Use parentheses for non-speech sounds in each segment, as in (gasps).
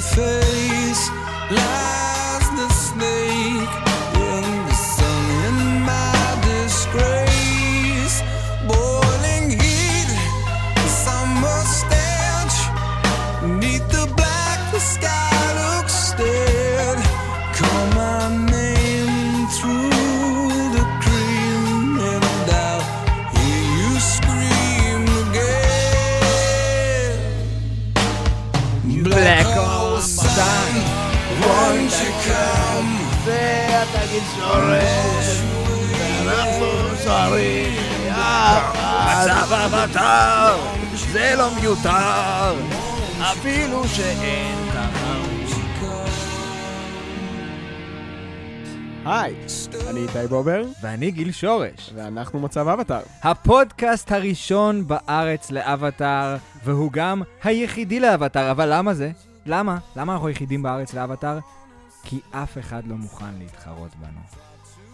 face lies the snake in the sun in my disgrace. Boiling heat, summer stench. Neath the black, the sky looks dead. Call my name through the cream, and I'll hear you scream again. Black hole Hole sun, won't you come? זה התקשורת, ואנחנו שרים יחד. מצב הבטר, זה לא מיותר, אפילו שאין תחרות. היי, אני איתי בובר, ואני גיל שורש, ואנחנו מצב אבטאר. הפודקאסט הראשון בארץ לאבטאר, והוא גם היחידי לאבטאר, אבל למה זה? למה? למה אנחנו היחידים בארץ לאבטאר? כי אף אחד לא מוכן להתחרות בנו.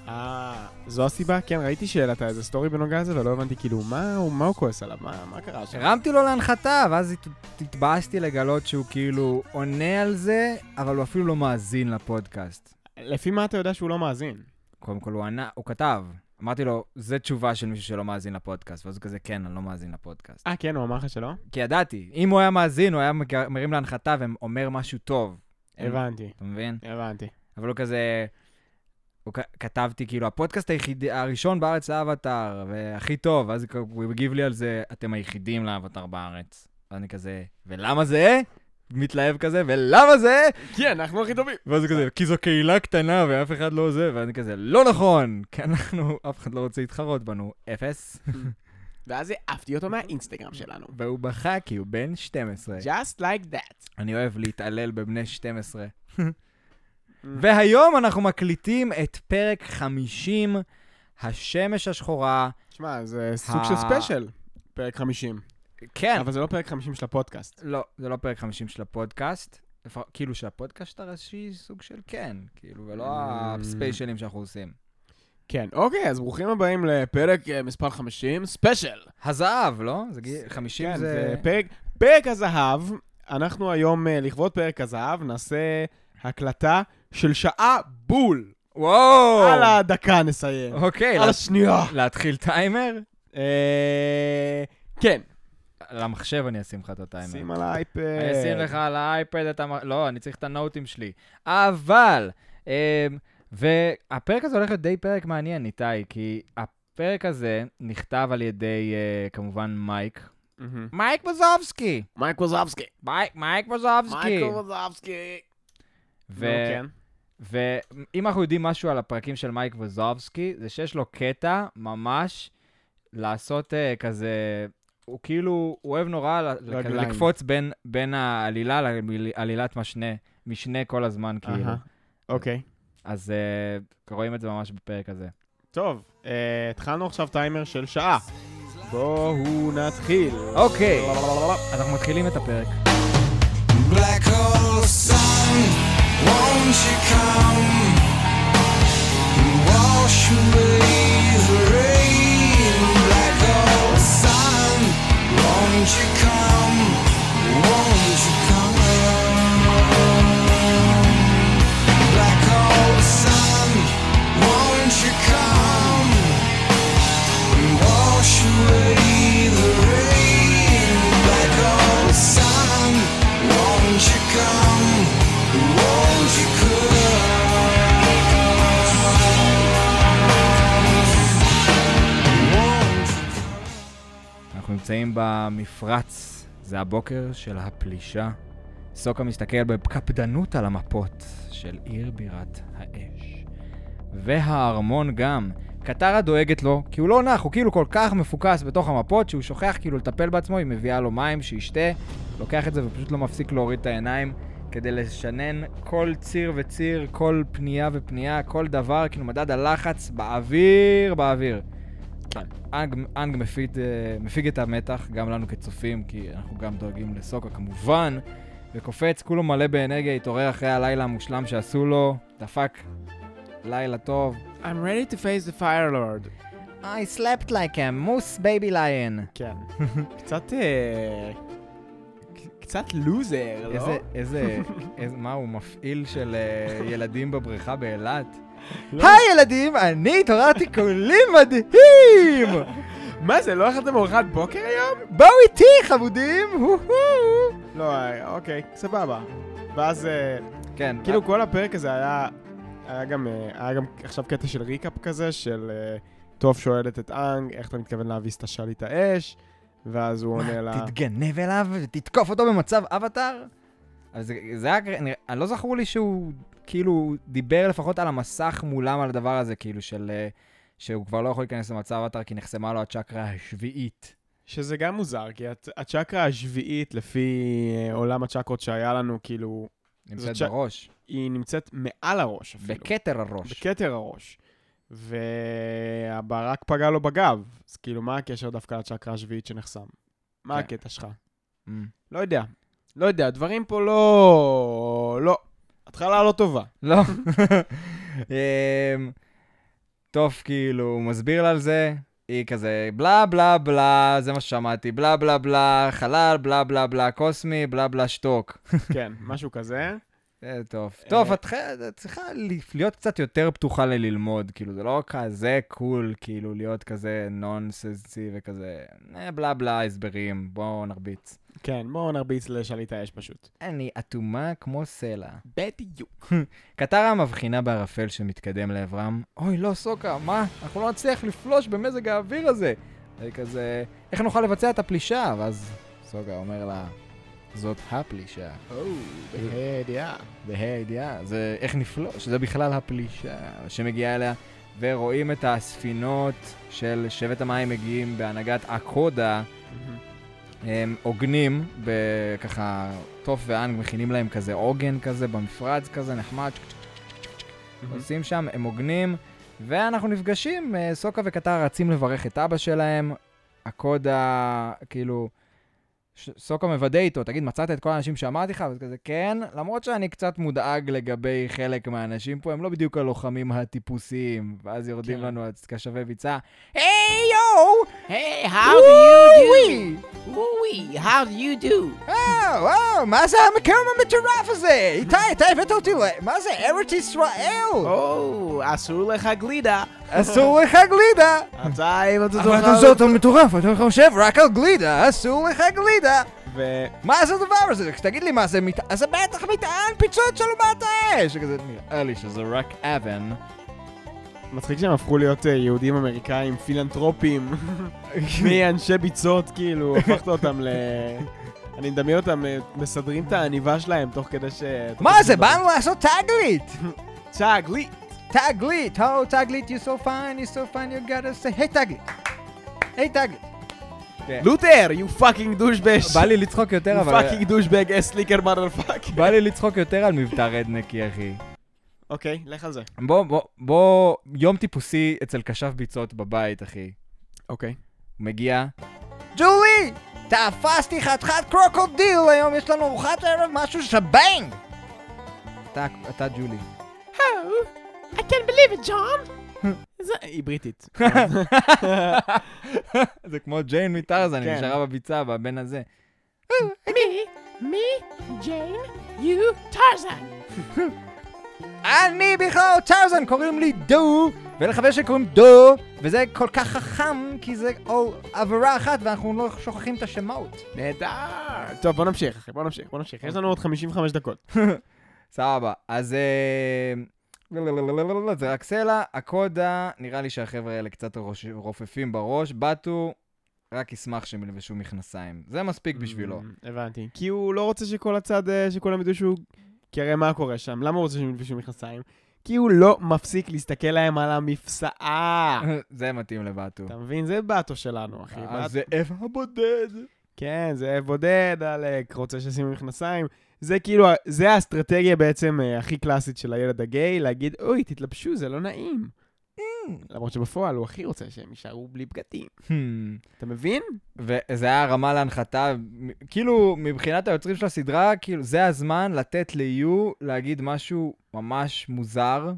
אה, זו הסיבה? כן, ראיתי שהעלת איזה סטורי בנוגע לזה, ולא הבנתי כאילו, מה הוא מה הוא כועס עליו? מה מה קרה שם? הרמתי לו להנחתה, ואז הת- התבאסתי לגלות שהוא כאילו עונה על זה, אבל הוא אפילו לא מאזין לפודקאסט. לפי מה אתה יודע שהוא לא מאזין? קודם כל הוא ענה, הוא כתב, אמרתי לו, זה תשובה של מישהו שלא מאזין לפודקאסט, ואז הוא כזה, כן, אני לא מאזין לפודקאסט. אה, כן, הוא אמר לך שלא? כי ידעתי, אם הוא היה מאזין, הוא היה מג- מרים להנחתה ואומר משהו טוב. הבנתי, אתה מבין? הבנתי. אבל הוא כזה... הוא כ- כתבתי, כאילו, הפודקאסט היחידי, הראשון בארץ לאבטאר, והכי טוב, ואז הוא כ- הוא הגיב לי על זה, אתם היחידים לאבטאר בארץ. ואני כזה, ולמה זה? מתלהב כזה, ולמה זה? כן, אנחנו הכי טובים. ואז הוא כזה, כי זו קהילה קטנה ואף אחד לא זה, ואני כזה, לא נכון, כי אנחנו, אף אחד לא רוצה להתחרות בנו, אפס. ואז העפתי אותו מהאינסטגרם שלנו. והוא בכה כי הוא בן 12. Just like that. אני אוהב להתעלל בבני 12. Mm. והיום אנחנו מקליטים את פרק 50, השמש השחורה. שמע, זה סוג של ה- ספיישל, פרק 50. כן, אבל זה לא פרק 50 של הפודקאסט. לא, זה לא פרק 50 של הפודקאסט. לפח- כאילו שהפודקאסט הראשי סוג של כן, כאילו, ולא Mm. הספיישלים שאנחנו עושים. כן, אוקיי, אז ברוכים הבאים לפרק אה, מספר 50, ספיישל. הזהב, לא? זה גיל- 50 כן, זה... זה פרק, פרק הזהב. אנחנו היום, אה, לכבוד פרק הזהב, נעשה הקלטה של שעה בול. וואו! על הדקה נסיים. אוקיי, על לה- השנייה. להתחיל טיימר? אה, כן. למחשב אני אשים לך את הטיימר. שים על האייפד. אני אשים לך על האייפד את המ... לא, אני צריך את הנוטים שלי. אבל, אמ, והפרק הזה הולך להיות די פרק מעניין, איתי, כי הפרק הזה נכתב על ידי, אה, כמובן, מייק. מהמם. מייק בוזובסקי! מייק ווזבסקי. מייק, מייק בוזובסקי! מייק ווזבסקי. ו- נו, כן. ואם אנחנו יודעים משהו על הפרקים של מייק ווזובסקי, זה שיש לו קטע ממש לעשות אה, כזה... הוא כאילו, הוא אוהב נורא ל- לכ- רגליים. לקפוץ בין, בין העלילה לעלילת משנה, משנה כל הזמן, כאילו. אהה. אוקיי. אז אה, רואים את זה ממש בפרק הזה. טוב, אה, התחלנו עכשיו טיימר של שעה. בואו נתחיל. אוקיי, אז אנחנו מתחילים את הפרק. Black hole sun, won't you come and wash away the rain? Black hole sun, won't you come? Won't you come? Black hole sun, won't you come and wash away the rain? Black hole sun, won't you come? Won't you come? אנחנו נמצאים במפרץ, זה הבוקר של הפלישה. סוקה מסתכל בקפדנות על המפות של עיר בירת האש. והארמון גם. קטרה דואגת לו, כי הוא לא נח, הוא כאילו כל כך מפוקס בתוך המפות, שהוא שוכח כאילו לטפל בעצמו, היא מביאה לו מים שישתה, לוקח את זה ופשוט לא מפסיק להוריד את העיניים כדי לשנן כל ציר וציר, כל פנייה ופנייה, כל דבר, כאילו מדד הלחץ באוויר, באוויר. כן. אנג, אנג מפיג, אה, מפיג את המתח, גם לנו כצופים, כי אנחנו גם דואגים לסוקה כמובן, וקופץ, כולו מלא באנרגיה, התעורר אחרי הלילה המושלם שעשו לו, דפק לילה טוב. I'm ready to face the fire lord. I slept (laughs) like a moose baby lion. כן. קצת... אה, קצת לוזר, לא? איזה, איזה, (laughs) איזה, מה, הוא מפעיל (laughs) של אה, ילדים בבריכה באילת? לא. היי ילדים, אני התעוררתי קולים מדהים! (laughs) מה זה, לא הלכת מאוחד בוקר היום? בואו איתי חמודים! הו-הו! לא, אה, אוקיי, סבבה. ואז, אה, כן, כאילו כל הפרק הזה היה, היה גם, אה, היה גם עכשיו קטע של ריקאפ כזה, של אה, טוב שואלת את אנג, איך אתה מתכוון להביס את השליט האש, ואז הוא עונה לה... מה, אה, תתגנב אליו ותתקוף אותו במצב אבטאר? אז זה- זה היה, נראה- אני לא זכור לי שהוא כאילו דיבר לפחות על המסך מולם על הדבר הזה, כאילו של... אה, שהוא כבר לא יכול להיכנס למצב אבטאר כי נחסמה לו הצ'קרה השביעית. שזה גם מוזר, כי הצ- הצ'קרה השביעית, לפי אה, עולם הצ'קרות שהיה לנו, כאילו, נמצאת צ'ק- בראש, היא נמצאת מעל הראש אפילו. בכתר הראש. בכתר הראש. והברק פגע לו בגב, אז כאילו, מה הקשר דווקא לצ'קרה השביעית שנחסם? מה כן. הקטע שלך? Mm. לא יודע. לא יודע, הדברים פה לא... לא. התחלה לא (laughs) טובה. לא. (laughs) אמ, טוב, כאילו, הוא מסביר לה על זה, היא כזה בלה בלה בלה, זה מה ששמעתי, בלה בלה בלה, חלל, בלה בלה בלה, קוסמי, בלה בלה שתוק. כן, משהו כזה. זה טוב. טוב, אה, את חי- את צריכה ל- להיות קצת יותר פתוחה לללמוד, כאילו, זה לא כזה קול, כאילו, להיות כזה נונסנסי וכזה, "אה, בלה בלה, הסברים, בואו נרביץ. כן, בואו נרביץ לשליט האש פשוט. אני אטומה כמו סלע. בדיוק. קטרה מבחינה בערפל שמתקדם לעברם, אוי, לא, סוקה, מה? אנחנו לא נצליח לפלוש במזג האוויר הזה. היא כזה, איך נוכל לבצע את הפלישה? ואז סוקה אומר לה, זאת הפלישה. או, בהדיעה. בה"א הידיעה, זה איך נפלוש, זה בכלל הפלישה שמגיעה אליה. ורואים את הספינות של שבט המים מגיעים בהנהגת אקודה, Mm-hmm. הם עוגנים, ב- ככה, טוף ואנג מכינים להם כזה עוגן כזה במפרץ כזה נחמד, Mhm. עושים שם, הם הוגנים, ואנחנו נפגשים, אה, סוקה וקטר רצים לברך את אבא שלהם, הקודה, כאילו, ש- סוקה מוודא איתו, תגיד, מצאת את כל האנשים שאמרתי לך? וזה כזה, כן, למרות שאני קצת מודאג לגבי חלק מהאנשים פה, הם לא בדיוק הלוחמים הטיפוסיים, ואז יורדים כן. לנו על כשווה ביצה, היי יואו! Hey, how do you וואי! do? Woo-wee, how do you do? וואו, וואו, מה זה המקום המטורף הזה? איתי, אתה הבאת אותי ל... מה זה ארץ ישראל? Oh, אסור לך (laughs) גלידה. אסור לך גלידה! אתה עם אותו אבל אתה זאת המטורף, אתה חושב רק על גלידה, אסור לך גלידה. ו- מה זה הדבר הזה? כשתגיד לי מה זה מטען, אז זה בטח מטען פיצוץ של אומת האש! כזה נראה לי שזה רק אבן. (laughs) מצחיק שהם הפכו להיות אה, יהודים אמריקאים, (laughs) פילנטרופים, מאנשי ביצות, כאילו, הפכת אותם ל... אני מדמיין אותם אה, מסדרים את העניבה שלהם תוך כדי ש... מה זה? באנו לעשות תגלית! צ'אג, לי! תגלית! הו, תגלית, you're so fine, you're so fine, you gotta say, היי תגלית! היי תגלית! לותר! You fucking douchebag! בא לי לצחוק יותר, You אבל... fucking douchebag, ass licker motherfucker. בא לי לצחוק יותר על מבטא רדנקי, אחי. אוקיי, לך על זה. בוא, בוא, בוא, יום טיפוסי אצל קשף ביצות בבית, אחי. אוקיי. הוא מגיע. ג'ולי! תפסתי חתיכת קרוקודיל, היום יש לנו ארוחת ערב משהו שבנג! אתה, אתה (laughs) ג'ולי. Oh, I can't believe it, John. (laughs) היא (laughs) בריטית. זה כמו ג'יין מטרזן, היא כן. נשארה בביצה, בבן הזה. Me, me, Jane, you, Tarzan. אני בכלל טרזן, קוראים לי דו, ולחבר שלי קוראים דו, וזה כל כך חכם, כי זה או עבירה אחת, ואנחנו לא שוכחים את השמות. נהדר! טוב, בוא נמשיך, אחי, בוא נמשיך, בוא נמשיך. יש לנו עוד 55 דקות. סבבה, אז... אה, לא, לא, לא, לא, לא, לא, לא, זה רק סלע, הקודה, נראה לי שהחבר'ה האלה קצת רוש- רופפים בראש, בטו, רק ישמח שהם ילבשו מכנסיים. זה מספיק בשבילו. Mm, הבנתי. כי הוא לא רוצה שכל הצד, אה, שכולם ידעו שהוא... כי הרי מה קורה שם? למה הוא רוצה שהם ילבשו מכנסיים? כי הוא לא מפסיק להסתכל להם על אה. המפסעה. (laughs) זה מתאים לבטו. אתה מבין? זה באטו שלנו, אה, אחי. באטו. הזאב הבודד. כן, זאב בודד, עלק, רוצה שישימו מכנסיים. זה כאילו, ה- זה האסטרטגיה בעצם אה, הכי קלאסית של הילד הגיי, להגיד, אוי, תתלבשו, זה לא נעים. אה. למרות שבפועל הוא הכי רוצה שהם יישארו בלי בגדים. Hmm. אתה מבין? וזה היה רמה להנחתה, מ- כאילו, מבחינת היוצרים של הסדרה, כאילו, זה הזמן לתת ליו להגיד משהו ממש מוזר,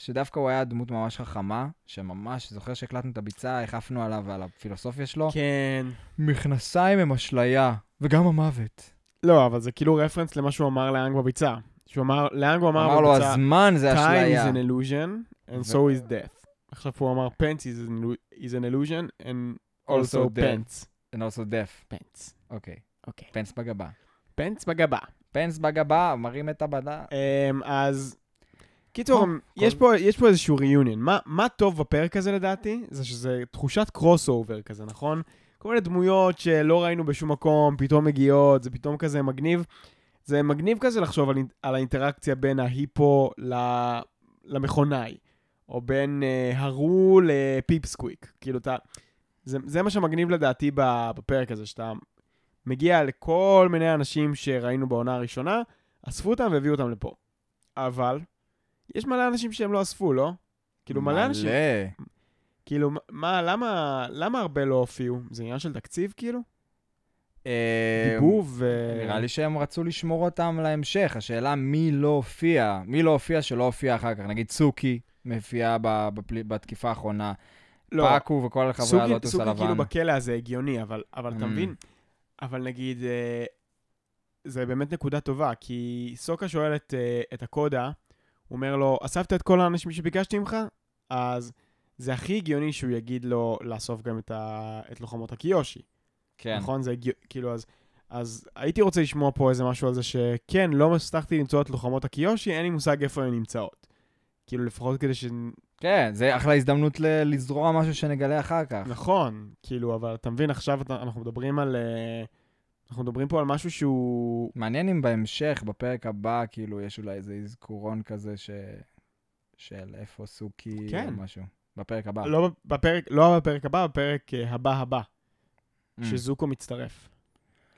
שדווקא הוא היה דמות ממש חכמה, שממש, זוכר שהקלטנו את הביצה, לא. החפנו עליו ועל הפילוסופיה שלו. כן. מכנסיים הם אשליה, וגם המוות. לא, אבל זה כאילו רפרנס למה שהוא אמר לאנג בביצה. שהוא אמר, לאנג הוא אמר אמר לו, בביצה, הזמן זה time אשליה. is an illusion, and so is death. עכשיו הוא אמר, pants is an illu- is an illusion, and also death. pants. And also deaf. pants. אוקיי. אוקיי. פנס בגבה. pants בגבה. פנס בגבה, מרים את הבדה. אמ, אז... קיצור, כל- יש פה- יש פה איזשהו ריאיוניון. מה טוב בפרק הזה לדעתי? זה שזה תחושת קרוס אובר כזה, נכון? כל מיני דמויות שלא ראינו בשום מקום, פתאום מגיעות, זה פתאום כזה מגניב. זה מגניב כזה לחשוב על, אינ- על האינטראקציה בין ההיפו ל, למכונאי, או בין אה, הרו לפיפסקוויק. כאילו, אתה... זה, זה מה שמגניב לדעתי ב- בפרק הזה, שאתה מגיע לכל מיני אנשים שראינו בעונה הראשונה, אספו אותם והביאו אותם לפה. אבל, יש מלא אנשים שהם לא אספו, לא? כאילו, מלא אנשים... מלא. כאילו, מה, למה, למה הרבה לא הופיעו? זה עניין של תקציב, כאילו? אה, דיבוב ו... נראה לי שהם רצו לשמור אותם להמשך. השאלה מי לא הופיע, מי לא הופיע שלא הופיע אחר כך. נגיד סוכי מופיעה ב- בפל- בתקיפה האחרונה. לא, פאקו וכל חברי סוגי- הלוטוס סוגי הלבן. כאילו בכלא הזה הגיוני, אבל, אבל אתה Mm. מבין? אבל נגיד, אה, זה באמת נקודה טובה, כי סוקה שואל את, אה, את הקודה, הוא אומר לו, אספת את כל האנשים שביקשתי ממך? אז זה הכי הגיוני שהוא יגיד לו לאסוף גם את, ה... את לוחמות הקיושי. כן. נכון? זה הגיע- כאילו, אז, אז הייתי רוצה לשמוע פה איזה משהו על זה שכן, לא הצלחתי למצוא את לוחמות הקיושי, אין לי מושג איפה הן נמצאות. כאילו, לפחות כדי ש... כן, זה אחלה הזדמנות ל- לזרוע משהו שנגלה אחר כך. נכון, כאילו, אבל אתה מבין, עכשיו אתה, אנחנו מדברים על... אה, אנחנו מדברים פה על משהו שהוא... מעניין אם בהמשך, בפרק הבא, כאילו, יש אולי איזה אזכורון כזה ש... של איפה סוכי כן. או משהו. בפרק הבא. לא בפרק, לא בפרק הבא, בפרק אה, הבא הבא, Mm. שזוקו מצטרף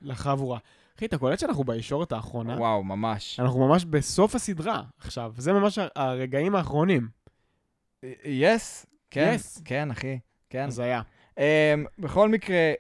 לחבורה. אחי, אתה קולט שאנחנו בישורת האחרונה? וואו, ממש. אנחנו ממש בסוף הסדרה עכשיו, זה ממש הר- הרגעים האחרונים. יס? כן, Yes. כן, אחי. כן. אז היה. אמ, בכל מקרה,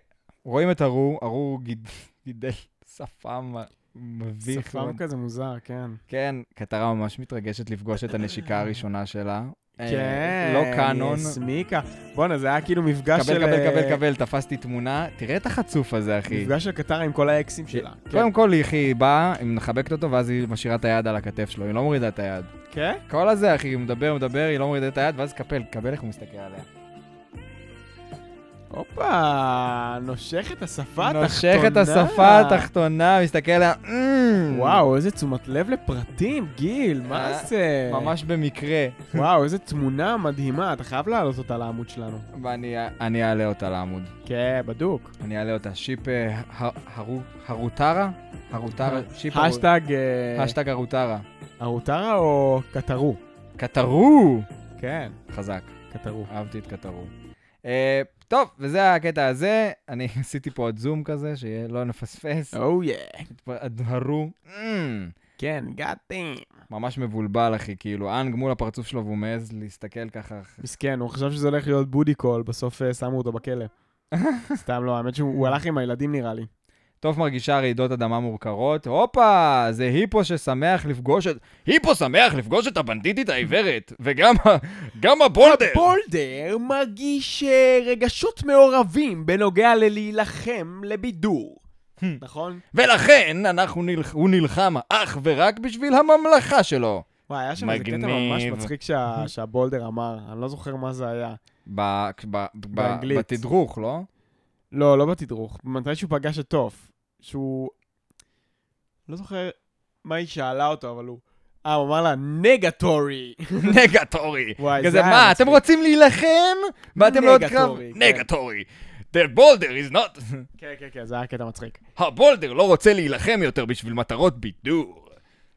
רואים את ארור, ארור גיד- גידל שפם מביך. שפם מאוד. כזה מוזר, כן. כן, קטרה ממש מתרגשת לפגוש את הנשיקה הראשונה שלה. אה, כן, לא קאנון. יסמיקה. בואנה, זה היה כאילו מפגש קבל, של... אה, קבל, קבל, קבל, תפסתי תמונה. תראה את החצוף הזה, אחי. מפגש של קטרה עם כל האקסים שלה. קודם כל, היא- אחי, היא באה, היא מחבקת אותו, ואז היא משאירה את היד על הכתף שלו, היא לא מורידה את היד. כן? כל הזה, אחי, הוא מדבר, מדבר, היא לא מורידה את היד, ואז קפל, קבל איך הוא מסתכל עליה. הופה, נושך את השפה התחתונה. נושך את השפה התחתונה, מסתכל עליה, "אמ". וואו, איזה תשומת לב לפרטים, גיל, מה אה, זה? ממש במקרה. וואו, איזה תמונה מדהימה, אתה חייב להעלות אותה לעמוד שלנו. ואני אה, אני אעלה אותה לעמוד. כן, בדוק. אני אעלה אותה. שיפ אה, הר- הרו- הרוטרה? אה, הרוטרה? שיפ הרו- אה, האשטג... האשטג הרוטרה. ארוטרה אה, או קטרו? קטרו! כן, חזק, קטרו. אהבתי את קטרו. אה, טוב, וזה הקטע הזה. אני (laughs) עשיתי פה עוד זום כזה, שלא נפספס. או יא. הדהרו. אמ, Oh כן, גאטים. ממש מבולבל, אחי, כאילו, אנג מול הפרצוף שלו והוא מעז להסתכל ככה. מסכן, הוא חשב שזה הולך להיות בודי קול, בסוף אה, שמו אותו (laughs) בכלא. סתם לא, האמת שהוא הוא הלך עם הילדים נראה (laughs) לי. טוב מרגישה רעידות אדמה מורכרות. הופה, זה היפו ששמח לפגוש את... היפו שמח לפגוש את הבנדיטית העיוורת, וגם ה- גם הבולדר. בולדר מרגיש אה, רגשות מעורבים בנוגע ללהילחם לבידור. Hmm. נכון? ולכן אנחנו נלח... הוא נלחם אך ורק בשביל הממלכה שלו. וואי, היה שם איזה קטע ממש מגניב. מצחיק (laughs) שה- שהבולדר אמר, אני לא זוכר מה זה היה. ב... ב... ב... באנגלית. (laughs) בתדרוך, לא? לא, לא בתדרוך, מתי שהוא פגש את טוף, שהוא... לא זוכר מה היא שאלה אותו, אבל הוא... אה, הוא אמר לה, (laughs) נגטורי. נגטורי. וואי, כזה, היה מה, אתם מצחיק." רוצים להילחם? לא באתם לעוד קרב? נגטורי, כן. נגטורי. The boulder is not... כן, כן, כן, זה היה קטע מצחיק. הבולדר לא רוצה להילחם יותר בשביל מטרות בידור.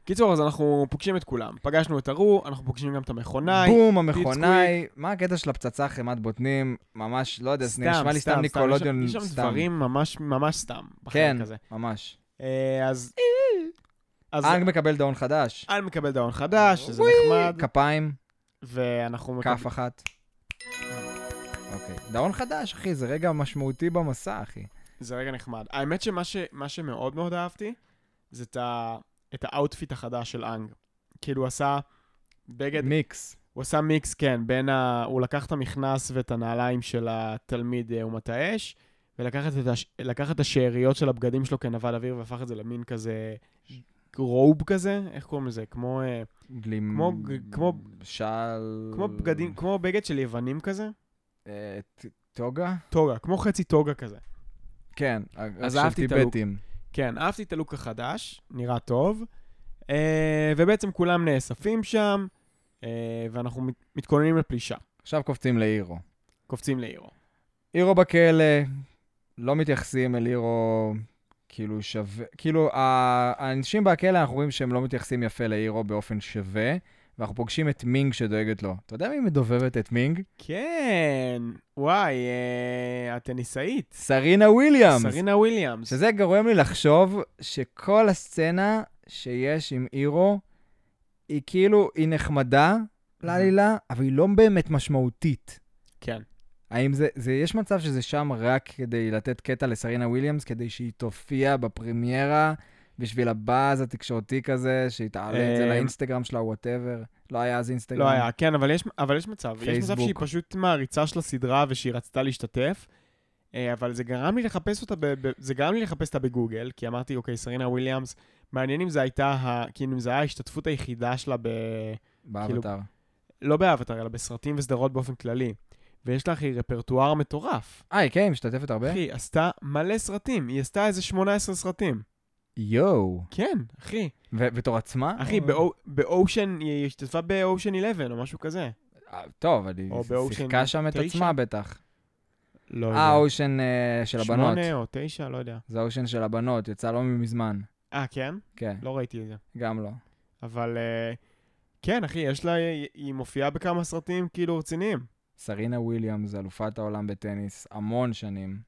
קיצור, אז אנחנו פוגשים את כולם. פגשנו את הרו, אנחנו פוגשים גם את המכונאי. בום, המכונאי. מה הקטע של הפצצה חמת בוטנים? ממש, לא יודע, זה נשמע לי סתם ניקולודיון. יש שם- יש שם דברים ממש ממש סתם. כן, בחלק הזה. ממש. אה, אז... אז אנג מקבל דאון חדש. אנג מקבל דאון חדש, שזה נחמד, כפיים, ואנחנו... מקב- כף אחת. אוקיי. דאון חדש, אחי, זה רגע משמעותי במסע, אחי. זה רגע נחמד. האמת שמה ש- מה שמאוד מאוד אהבתי, זה את ה- את האאוטפיט החדש של אנג. כאילו, הוא עשה בגד... מיקס. הוא עשה מיקס, כן, בין ה... הוא לקח את המכנס ואת הנעליים של התלמיד אה, אומת האש, ולקחת את, הש... לקח את השאריות של הבגדים שלו כנבל אוויר והפך את זה למין כזה רוב כזה, איך קוראים לזה? כמו, אה, גלים... כמו ג- כמו- שעל... כמו בגדים, כמו בגד של יוונים כזה, אה, ט- טוגה? טוגה, כמו חצי טוגה כזה. כן, אז של אהבתי את הלוק. טיבטים. כן, אהבתי את הלוק החדש, נראה טוב, אה, ובעצם כולם נאספים שם, אה, ואנחנו מת- מתכוננים לפלישה, עכשיו קופצים לאירו. קופצים לאירו. אירו בכלא, לא מתייחסים אל אירו כאילו שווה, כאילו ה- האנשים בכלא, אנחנו רואים שהם לא מתייחסים יפה לאירו באופן שווה, ואנחנו פוגשים את מינג שדואגת לו. אתה יודע מי מדובבת את מינג? כן, וואי, אה, הטניסאית, סרינה וויליאמס. סרינה וויליאמס. שזה גורם לי לחשוב שכל הסצנה שיש עם אירו, היא כאילו, היא נחמדה Mhm. לעלילה, אבל היא לא באמת משמעותית. כן. האם זה, זה, יש מצב שזה שם רק כדי לתת קטע לסרינה וויליאמס, כדי שהיא תופיע בפרמיירה, בשביל הבאז התקשורתי כזה, שהיא תעלה את זה אה, לאינסטגרם שלה, וואטאבר. לא היה אז אינסטגרם. לא היה, כן, אבל יש, אבל יש מצב. יש מצב פייסבוק. שהיא פשוט מעריצה של הסדרה ושהיא רצתה להשתתף, אה, אבל זה גרם לי לחפש אותה, ב, ב, זה גרם לי לחפש אותה בגוגל, כי אמרתי, אוקיי, סרינה וויליאמס, מעניין אם זה הייתה, ה, כאילו, אם זה היה ההשתתפות היחידה שלה ב... באבטר. לא באבטר, אלא בסרטים וסדרות באופן כללי. ויש לה, אחי, רפרטואר מטורף. אה, היא כן, היא משתתפת הרבה? אחי, עשתה מלא סרטים, היא עשתה איזה 18 סרטים. יואו. כן, אחי. ו- בתור עצמה? אחי, באו- באושן, היא השתתפה באושן 11 או משהו כזה. אה, טוב, אבל היא או באושן שיחקה שם את תשע? עצמה בטח. לא אה, האושן אה, של הבנות. שמונה או תשע, לא יודע. זה האושן של הבנות, יצא לא מזמן. אה, כן? כן, לא ראיתי את זה. גם לא. אבל אה, כן, אחי, יש לה, היא- היא מופיעה בכמה סרטים כאילו רציניים. סרינה וויליאמס, אלופת העולם בטניס, המון שנים.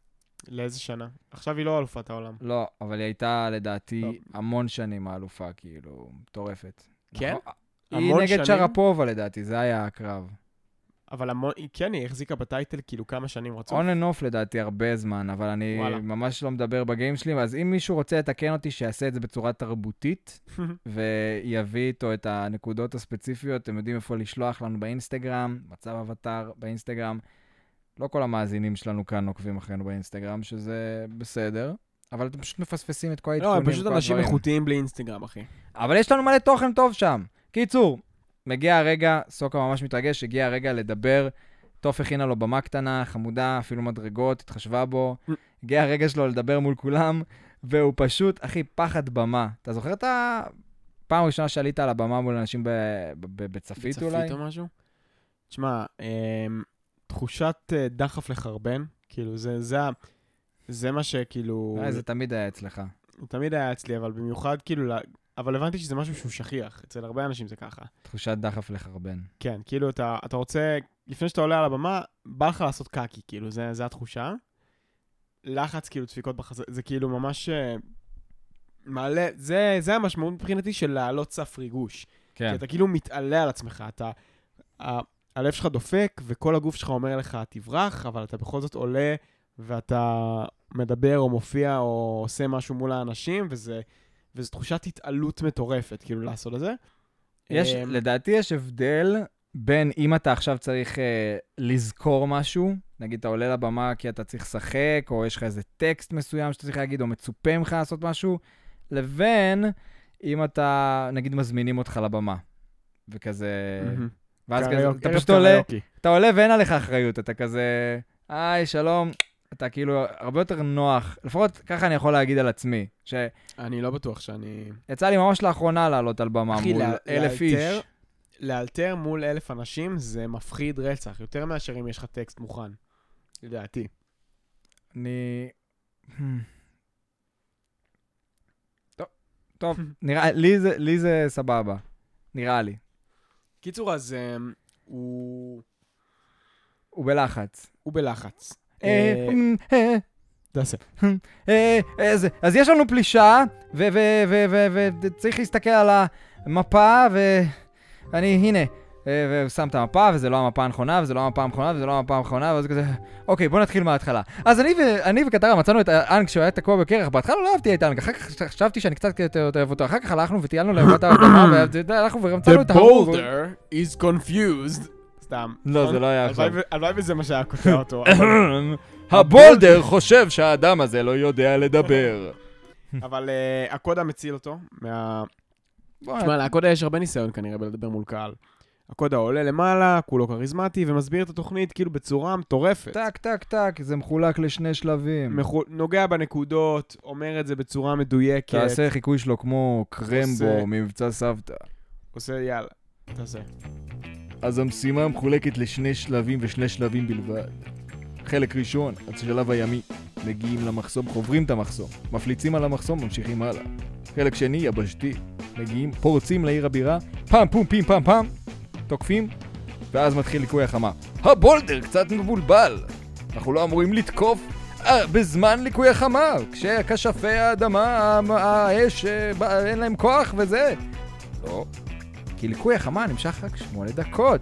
לאיזה שנה? עכשיו היא לא אלופת העולם. לא, אבל היא הייתה לא. לדעתי המון שנים האלופה, כאילו, מטורפת. כן? נכון? היא המון נגד שנים? שרפובה לדעתי, זה היה הקרב. אבל המון, היא כן, היא החזיקה בטייטל כאילו כמה שנים רצוף. (laughs) און אנ אוף לדעתי הרבה זמן, אבל אני וואלה. ממש לא מדבר בגיים שלי, אז אם מישהו רוצה לתקן אותי, שיעשה את זה בצורה תרבותית, לא, ויביא איתו את הנקודות הספציפיות, אתם יודעים איפה לשלוח לנו באינסטגרם, מצב אבטר באינסטגרם. לא כל המאזינים שלנו כאן עוקבים אחרינו באינסטגרם, שזה בסדר, אבל אתם פשוט מפספסים את כל לא, העדכונים, הם פשוט כל אנשים הדברים. איכותיים בלי אינסטגרם, אחי. אבל יש לנו מלא תוכן טוב שם. קיצור, מגיע הרגע, סוקה ממש מתרגש, הגיע הרגע לדבר. טוף הכינה לו במה קטנה, חמודה, אפילו מדרגות, התחשבה בו. הגיע הרגע שלו לדבר מול כולם, והוא פשוט, אחי, פחד במה. אתה זוכר את הפעם הראשונה שעלית על הבמה מול אנשים ב- ב- ב- בצפית אולי? או משהו? תשמע, אמ, תחושת אה, דחף לחרבן, כאילו, זה, זה, ה- זה מה שכאילו... אה, זה תמיד היה אצלך. הוא תמיד היה אצלי, אבל במיוחד כאילו, ל- אבל הבנתי שזה משהו שהוא שכיח, אצל הרבה אנשים זה ככה. תחושת דחף לחרבן. כן, כאילו אתה, אתה רוצה, לפני שאתה עולה על הבמה, בא לך לעשות קקי, כאילו, זה, זה התחושה. לחץ, כאילו, דפיקות בחזה, זה כאילו ממש אה, מעלה, זה, זה המשמעות מבחינתי של להעלות סף ריגוש. כן. כי אתה כאילו מתעלה על עצמך, אתה... ה- הלב שלך דופק, וכל הגוף שלך אומר לך, תברח, אבל אתה בכל זאת עולה, ואתה מדבר או מופיע או עושה משהו מול האנשים, וזה, וזו תחושת התעלות מטורפת, כאילו, לעשות את זה. יש, אמ, לדעתי יש הבדל בין אם אתה עכשיו צריך אה, לזכור משהו, נגיד אתה עולה לבמה כי אתה צריך לשחק, או יש לך איזה טקסט מסוים שאתה צריך להגיד, או מצופה ממך לעשות משהו, לבין אם אתה, נגיד מזמינים אותך לבמה, וכזה... מהמם. ואז כזה, קריוקי, אתה ערב פשוט עולה, קריוקי. אתה עולה ואין עליך אחריות, אתה כזה, היי, שלום, אתה כאילו הרבה יותר נוח, לפחות ככה אני יכול להגיד על עצמי, שיצא אני לא בטוח שאני... לי ממש לאחרונה לעלות על במה אחי, מול לה- אלף איש. לאלתר- לאלתר מול אלף אנשים זה מפחיד רצח, יותר מאשר אם יש לך טקסט מוכן, לדעתי. אני... hmm. טוב, טוב, (laughs) נראה, לי זה, לי זה סבבה. נראה לי. קיצור, אז אמ, הוא... הוא בלחץ. הוא בלחץ. אה, אה, אמ, אה, תעשה. אה, אה, זה- אז יש לנו פלישה, וצריך להסתכל על המפה, ואני, הנה, אה, ושם את המפה, וזה לא המפה הנכונה, וזה לא המפה הנכונה, וזה לא המפה הנכונה, ואז כזה, אוקיי, בוא נתחיל מההתחלה. אז אני ו- אני וקטרה מצאנו את האנג שהוא היה תקוע בקרח, בהתחלה לא אהבתי את האנג, אחר כך חשבתי שאני קצת יותר אוהב אותו, אחר כך (coughs) הלכנו וטיילנו לאהבת האדמה, והלכנו ומצאנו את The ההוא. boulder is confused סתם. נכון? לא, זה לא היה הלוואי עכשיו. ו- הלוואי וזה מה שהיה קוטע אותו. (coughs) הבולדר חושב שהאדם הזה לא יודע לדבר. אבל אה, הקודה מציל אותו. מה- בוא, אה. תשמע, לקודה יש הרבה ניסיון כנראה בלדבר מול קהל. הקודה עולה למעלה, כולו כריזמטי, ומסביר את התוכנית כאילו בצורה מטורפת. טק, טק, טק, זה מחולק לשני שלבים. מחו- נוגע בנקודות, אומר את זה בצורה מדויקת. תעשה חיקוי שלו כמו קרמבו עושה. ממבצע סבתא. עושה יאללה, תעשה. אז המשימה מחולקת לשני שלבים ושני שלבים בלבד. חלק ראשון, השלב הימי. מגיעים למחסום, חוברים את המחסום. מפליצים על המחסום, ממשיכים הלאה. חלק שני, יבשתי. מגיעים, פורצים לעיר הבירה, פעם פום פים פעם פעם, תוקפים, ואז מתחיל ליקוי החמה. הבולדר קצת מבולבל. אנחנו לא אמורים לתקוף אה, בזמן ליקוי החמה, כשכשפי האדמה, ה- האש, אה, ב- אין להם כוח וזה. לא. כי ליקוי החמה נמשך רק שמונה דקות.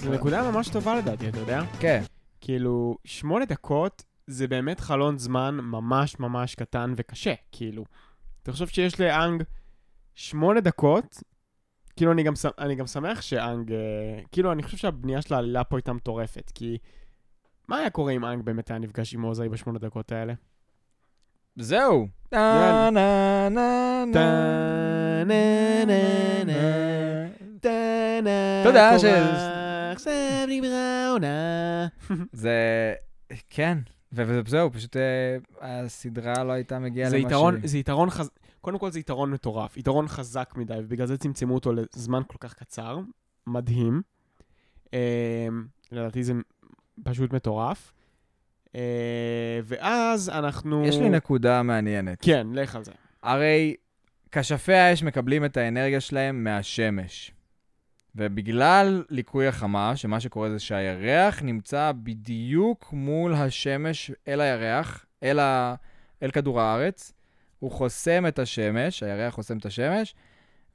זו נקודה ממש טובה לדעתי, אתה יודע? כן. כאילו, שמונה דקות זה באמת חלון זמן ממש ממש קטן וקשה, כאילו. תחשוב שיש לאנג שמונה דקות, כאילו אני גם, שמ- אני גם שמח שאנג, אה, כאילו אני חושב שהבנייה של העלילה פה הייתה מטורפת, כי מה היה קורה אם אנג באמת היה נפגש עם מוזאי בשמונה דקות האלה? זהו. נה נה נה נה נה נה נה תודה, קורח, של- עכשיו נברא עונה. זה... כן. וזהו, פשוט אה, הסדרה לא הייתה מגיעה זה למה יתרון, שהיא. זה יתרון חזק, קודם כל זה יתרון מטורף, יתרון חזק מדי, ובגלל זה צמצמו אותו לזמן כל כך קצר, מדהים. אמ, לדעתי זה פשוט מטורף. אה, ואז אנחנו... יש לי נקודה מעניינת. כן, לך על זה. הרי כשפי האש מקבלים את האנרגיה שלהם מהשמש. ובגלל ליקוי החמה, שמה שקורה זה שהירח נמצא בדיוק מול השמש אל הירח, אל, ה... אל כדור הארץ, הוא חוסם את השמש, הירח חוסם את השמש,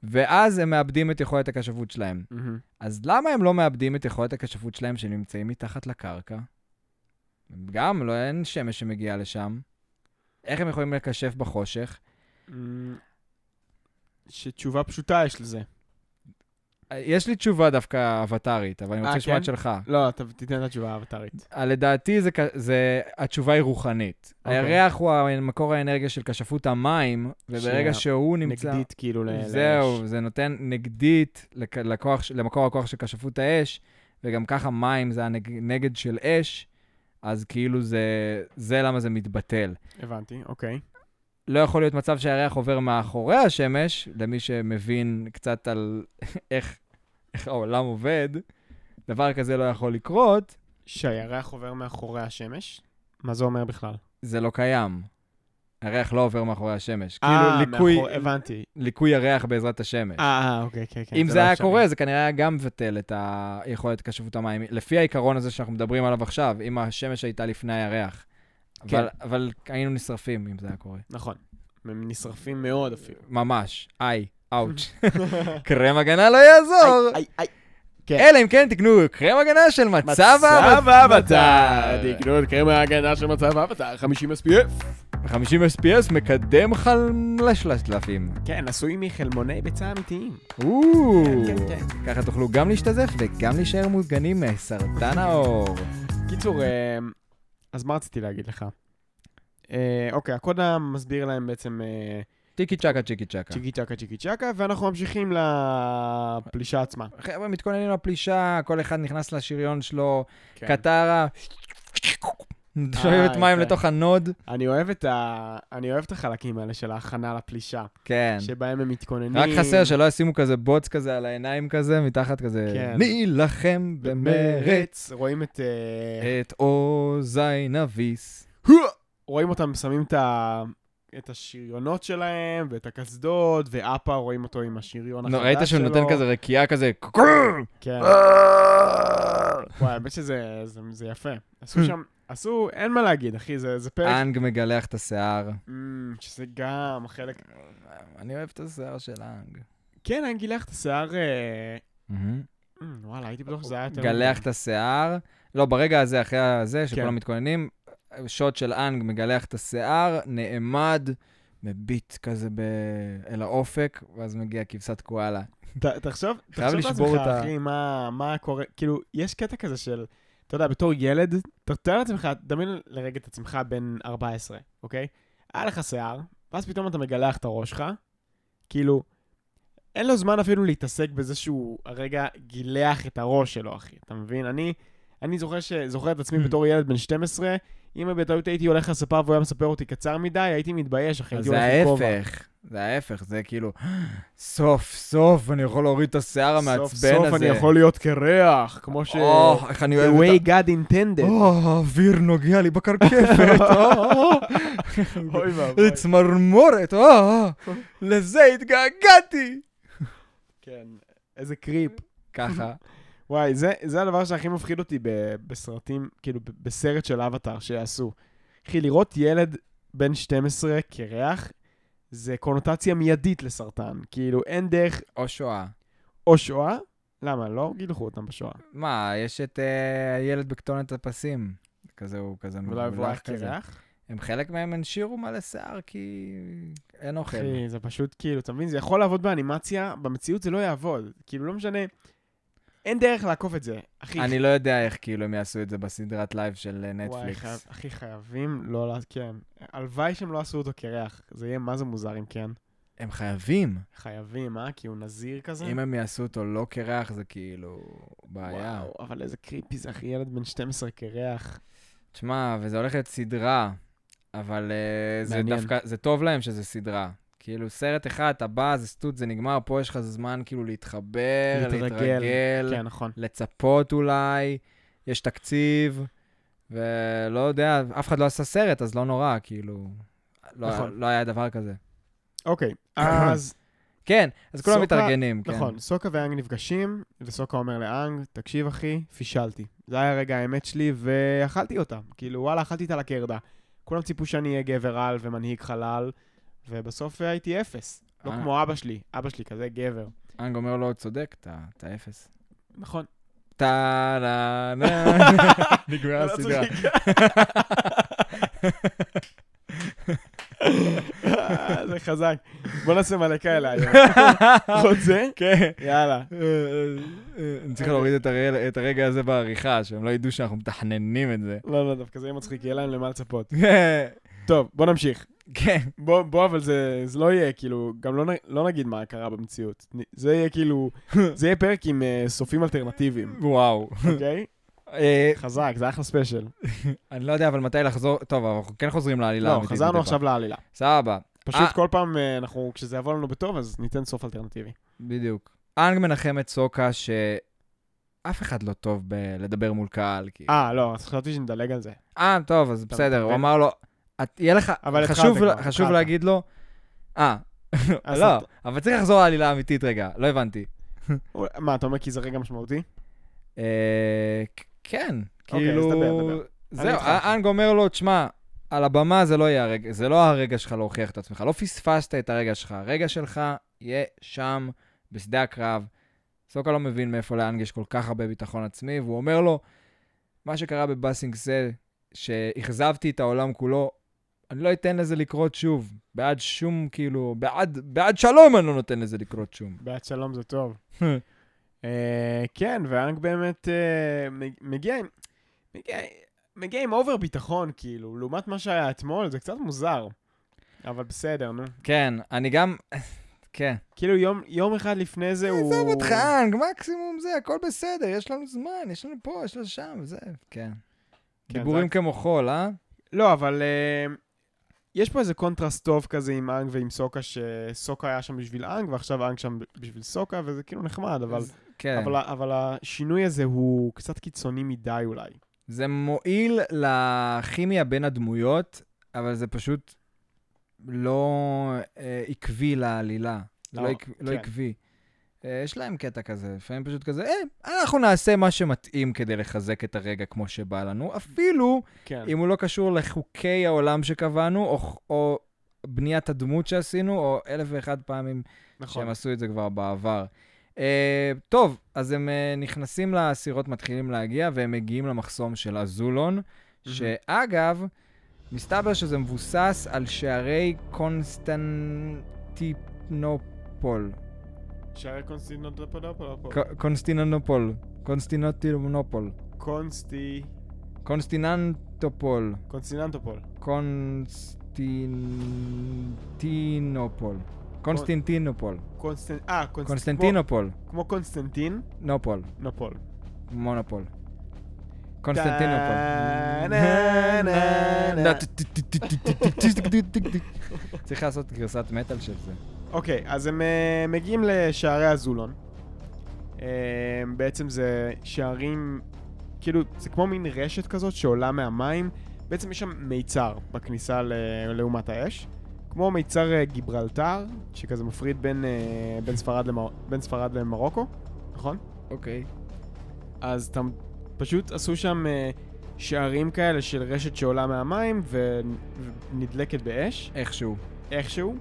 ואז הם מאבדים את יכולת הקשבות שלהם. מהמם. אז למה הם לא מאבדים את יכולת הקשבות שלהם כשהם נמצאים מתחת לקרקע? גם לא, אין שמש שמגיעה לשם. איך הם יכולים לקשף בחושך? אמ, שתשובה פשוטה יש לזה. יש לי תשובה דווקא אבטארית, אבל אני אה, רוצה לשמוע כן? את שלך. לא, אתה תיתן את התשובה האבטרית. אה, לדעתי זה, כ- זה, התשובה היא רוחנית. אוקיי. הירח הוא מקור האנרגיה של כשפות המים, וברגע שה- שהוא נמצא... נגדית כאילו ל... זהו, לאש. זה נותן נגדית לכ- לכוח, ש- למקור הכוח של כשפות האש, וגם ככה מים זה הנגד של אש, אז כאילו זה, זה למה זה מתבטל. הבנתי, אוקיי. לא יכול להיות מצב שהירח עובר מאחורי השמש, למי שמבין קצת על (laughs) איך, איך העולם עובד, דבר כזה לא יכול לקרות, שהירח עובר מאחורי השמש? מה זה אומר בכלל? זה לא קיים. הירח לא עובר מאחורי השמש. אה, כאילו ליקוי, מאחור- הבנתי. ליקוי ירח בעזרת השמש. אה, אה, אוקיי, כן, כן. אם זה זה, לא היה אפשרי. קורה, זה כנראה היה גם מבטל את היכולת כשרות המים, לפי העיקרון הזה שאנחנו מדברים עליו עכשיו, אם השמש הייתה לפני הירח. כן. אבל, אבל היינו נשרפים אם זה היה קורה. נכון. הם נשרפים מאוד אפילו. ממש. איי, (laughs) אאוץ'. קרם הגנה לא יעזור. איי, איי. אלא אם כן תקנו קרם הגנה של מצב האבטר. תקנו את קרם ההגנה של מצב האבטר, 50 SPF. 50 SPS מקדם חלשלשלפים. כן, עשוי מחלמוני ביצה אמיתיים. או, כן, כן, כן. ככה תוכלו גם להשתזף וגם להישאר מוגנים מסרטן העור. קיצור, אה, אז מה רציתי להגיד לך? אה, אוקיי, הקודה מסביר להם בעצם אה, טיקי צ'קה צ'יקי צ'קה. צ'יקי צ'קה צ'יקי צ'קה, ואנחנו ממשיכים לפלישה עצמה. חבר'ה, מתכוננים לפלישה, כל אחד נכנס לשריון שלו, כן. אה, קטרה, שואבת מים יפה. לתוך הנוד. אני אוהב את ה- אני אוהב את החלקים האלה של ההכנה לפלישה, כן. שבהם הם מתכוננים. רק חסר שלא ישימו כזה בוץ כזה על העיניים כזה, מתחת כזה, כן. נילחם במרד. במרץ, רואים את... אה, את עוזי נביס. רואים אותם שמים את, ה... את השריונות שלהם ואת הקסדות, ואפה רואים אותו עם השריון נו, החדש שלו. אה, ראית שהוא נותן כזה אה. רקיעה כזה, "קוקו!" כן. וואי, האמת שזה זה, זה יפה. אה. עשו שם, עשו, אין מה להגיד, אחי, זה, זה פרק... אנג מגלח את השיער. אמ, שזה גם חלק... אני אוהב את השיער של אנג. כן, אני גילח את השיער... אה, אמ, וואלה, הייתי בטוח שזה היה יותר... מגלח את השיער. לא, ברגע הזה, אחרי הזה, כן. שכולם מתכוננים, שוט של אנג מגלח את השיער, נעמד, מביט כזה ב... אל האופק, ואז מגיע כבשת קואלה. ת- תחשוב, חייב תחשוב לשבור לעצמך, את ה- אחי, מה, מה קורה, כאילו, יש קטע כזה של, אתה יודע, בתור ילד, אתה תאר לעצמך, תדמיין לרגע את עצמך בן 14, אוקיי? היה לך שיער, ואז פתאום אתה מגלח את הראש שלך, כאילו, אין לו זמן אפילו להתעסק בזה שהוא הרגע גילח את הראש שלו, אחי, אתה מבין? אני, אני זוכר, ש... זוכר את עצמי Hmm. בתור ילד בן 12, אם בטעות הייתי הולך לספר והוא היה מספר אותי קצר מדי, הייתי מתבייש, אחי, אז הייתי זה הולך עם כובע. ההפך, זה ההפך, זה כאילו, סוף סוף אני יכול להוריד את השיער המעצבן סוף הזה. סוף אני יכול להיות קרח, כמו ש... או, איך אני The אוהב way את God ה... intended. (laughs) או, האוויר נוגע לי (laughs) בקרקפת, או, Oh. אוי זה צמרמורת, או, אה, לזה התגעגעתי. כן, איזה קריפ. ככה. וואי, זה, זה הדבר שהכי מפחיד אותי ב, בסרטים, כאילו ב- בסרט של אבטאר שיעשו. אחי, לראות ילד בן 12 קרח, זה קונוטציה מיידית לסרטן. כאילו, אין דרך או שואה. או שואה, למה? לא גילחו אותם בשואה. Mm, מה, יש את אה, הילד בכתונת הפסים. כזה הוא כזה ולא יבואח מלוכלך כזה. קרח. הם חלק מהם הנשירו מלא שיער כי אין אוכל. אחי, זה פשוט כאילו, אתה מבין? זה יכול לעבוד באנימציה, במציאות זה לא יעבוד. כאילו, לא משנה. אין דרך לעקוף את זה. אחי, אני לא יודע איך כאילו הם יעשו את זה בסדרת לייב של אה, וואי, חייב, נטפליקס. אחי, חייבים לא לעשות, כן. הלוואי שהם לא עשו אותו קרח. זה יהיה מה זה מוזר אם כן. הם חייבים. חייבים, אה? כי הוא נזיר כזה? אם הם יעשו אותו לא קרח, זה כאילו בעיה. וואו, אבל איזה קריפי זה, אחי, ילד בן 12 קרח. תשמע, וזה הולך להיות סדרה, אבל אה, זה מעניין. דווקא, זה טוב להם שזה סדרה. כאילו, סרט אחד, אתה בא, זה סטוט, זה נגמר, פה יש לך זמן כאילו להתחבר, להתרגל. להתרגל. כן, נכון. לצפות אולי, יש תקציב, ולא יודע, אף אחד לא עשה סרט, אז לא נורא, כאילו, לא, נכון. לא היה דבר כזה. אוקיי, אז (coughs) כן, אז כולם סופה- מתארגנים, כן. נכון, סוקה ואנג נפגשים, וסוקה אומר לאנג, תקשיב אחי, פישלתי. זה היה רגע האמת שלי, ואכלתי אותה. כאילו, וואלה, אכלתי אותה לקרדה. כולם ציפו שאני אהיה גבר על ומנהיג חלל, ובסוף הייתי אפס. לא אה. כמו אבא שלי, אבא שלי כזה גבר. אנג אומר לו, צודק, אתה אתה אפס. נכון. טה לה (laughs) נה נגמרה לא הסדרה. צודק. אה, זה חזק. בוא נעשה מלא כאלה היום. (laughs) רוצה? (laughs) כן. יאללה. אה, אה, אני צריך להוריד את הרגע- את הרגע הזה בעריכה, שהם לא ידעו שאנחנו מתכננים את זה. (laughs) לא, לא, דווקא זה יהיה מצחיק, יהיה להם למה לצפות. כן, טוב, בוא נמשיך. כן. בוא, בוא, אבל זה, זה לא יהיה, כאילו, גם לא, נ- לא נגיד מה קרה במציאות. נ- זה יהיה כאילו, זה יהיה פרק עם אה, סופים אלטרנטיביים, וואו. אוקיי? אה, חזק, זה אחלה ספיישל. אני לא יודע אבל מתי לחזור, טוב, אבל אנחנו כן חוזרים לעלילה לא, האמיתית. מדי חזרנו פעם. עכשיו לעלילה. סבבה, פשוט אה. כל פעם אה, אנחנו, כשזה יבוא לנו בטוב, אז ניתן סוף אלטרנטיבי. בדיוק. אנג מנחם את סוקה שאף אחד לא טוב בלדבר מול קהל. כאילו. אה, לא, אז חשבתי שנדלג (laughs) על זה. אה, טוב, אז בסדר, הוא מבין? אמר לו, "את- יהיה לך, אבל חשוב התחלת לה- כבר, חשוב התחלת. להגיד לו, אה, אז לא, אתה- אבל צריך לחזור לעלילה האמיתית רגע, לא הבנתי. אולי- מה, אתה אומר כי זה רגע משמעותי? אה, כ- כן, אוקיי, אז כאילו... דבר, דבר. אני זהו, איתך. א- אנג אומר לו, תשמע, על הבמה זה לא יהיה הרגע, זה לא הרגע שלך להוכיח את עצמך, לא פספסת את הרגע שלך, הרגע שלך יהיה שם, בשדה הקרב. סוקה לא מבין מאיפה לאנג יש כל כך הרבה ביטחון עצמי, והוא אומר לו, מה שקרה בבאסינג זה, שאכזבתי את העולם כולו, אני לא אתן לזה לקרות שוב. בעד שום, כאילו, בעד, בעד שלום אני לא נותן לזה לקרות שוב. בעד שלום זה (laughs) טוב. אה, כן, ואנג באמת אה, מג- מגיע עם... מגיע- מגיע עם אובר ביטחון, כאילו, לעומת מה שהיה אתמול, זה קצת מוזר. אבל בסדר, נו. כן, אני (laughs) גם, כן. כאילו, יום, יום אחד לפני זה הוא... עזוב אותך, אנג, מקסימום זה, הכל בסדר, יש לנו זמן, יש לנו פה, יש לנו שם, זה, כן. דיבורים רק- כמו חול, אה? לא, אבל אה, יש פה איזה קונטרסט טוב כזה עם אנג ועם סוקה, שסוקה היה שם בשביל אנג, ועכשיו אנג שם בשביל סוקה, וזה כאילו נחמד, אבל, אז- כן. אבל, ה- אבל השינוי הזה הוא קצת קיצוני מדי אולי. זה מועיל לכימיה בין הדמויות, אבל זה פשוט לא אה, עקבי לעלילה. זה לא אה, עק- לא כן. עקבי. אה, יש להם קטע כזה, לפעמים פשוט כזה, אה, אנחנו נעשה מה שמתאים כדי לחזק את הרגע כמו שבא לנו, אפילו כן. אם הוא לא קשור לחוקי העולם שקבענו, או, או בניית הדמות שעשינו, או אלף ואחד פעמים נכון. שהם עשו את זה כבר בעבר. Uh, טוב, אז הם uh, נכנסים לסירות, מתחילים להגיע, והם מגיעים למחסום של אזולון, שאגב, מסתבר שזה מבוסס על שערי קונסטנטינופול. שערי קונסטינופול. ק- קונסטיננופול. קונסטיננטינופול. קונסטי... קונסטיננטופול. קונסטיננטופול. קונסטינטינופול. קונסטינטינופול. קונסטנ... אה, קונסט- קונסטנטינופול. כמו- כמו קונסטנטין. נופול. נופול. מונופול. טה- נה- נה- נה. קונסטנטינופול. (laughs) צריך לעשות גרסת מטאל של זה. אוקיי, אז הם אה, מגיעים לשערי הזולון. אה, בעצם זה שערים, כאילו, זה כמו מין רשת כזאת שעולה מהמים. בעצם יש שם מיצר בכניסה ל- לאומת האש. כמו מיצר אה, גיברלטר, שכזה מפריד בין, אה, בין, ספרד למר... בין ספרד למרוקו, נכון? אוקיי. אז אתה פשוט עשו שם אה, שערים כאלה של רשת שעולה מהמים ו- ונדלקת באש. איכשהו. איכשהו,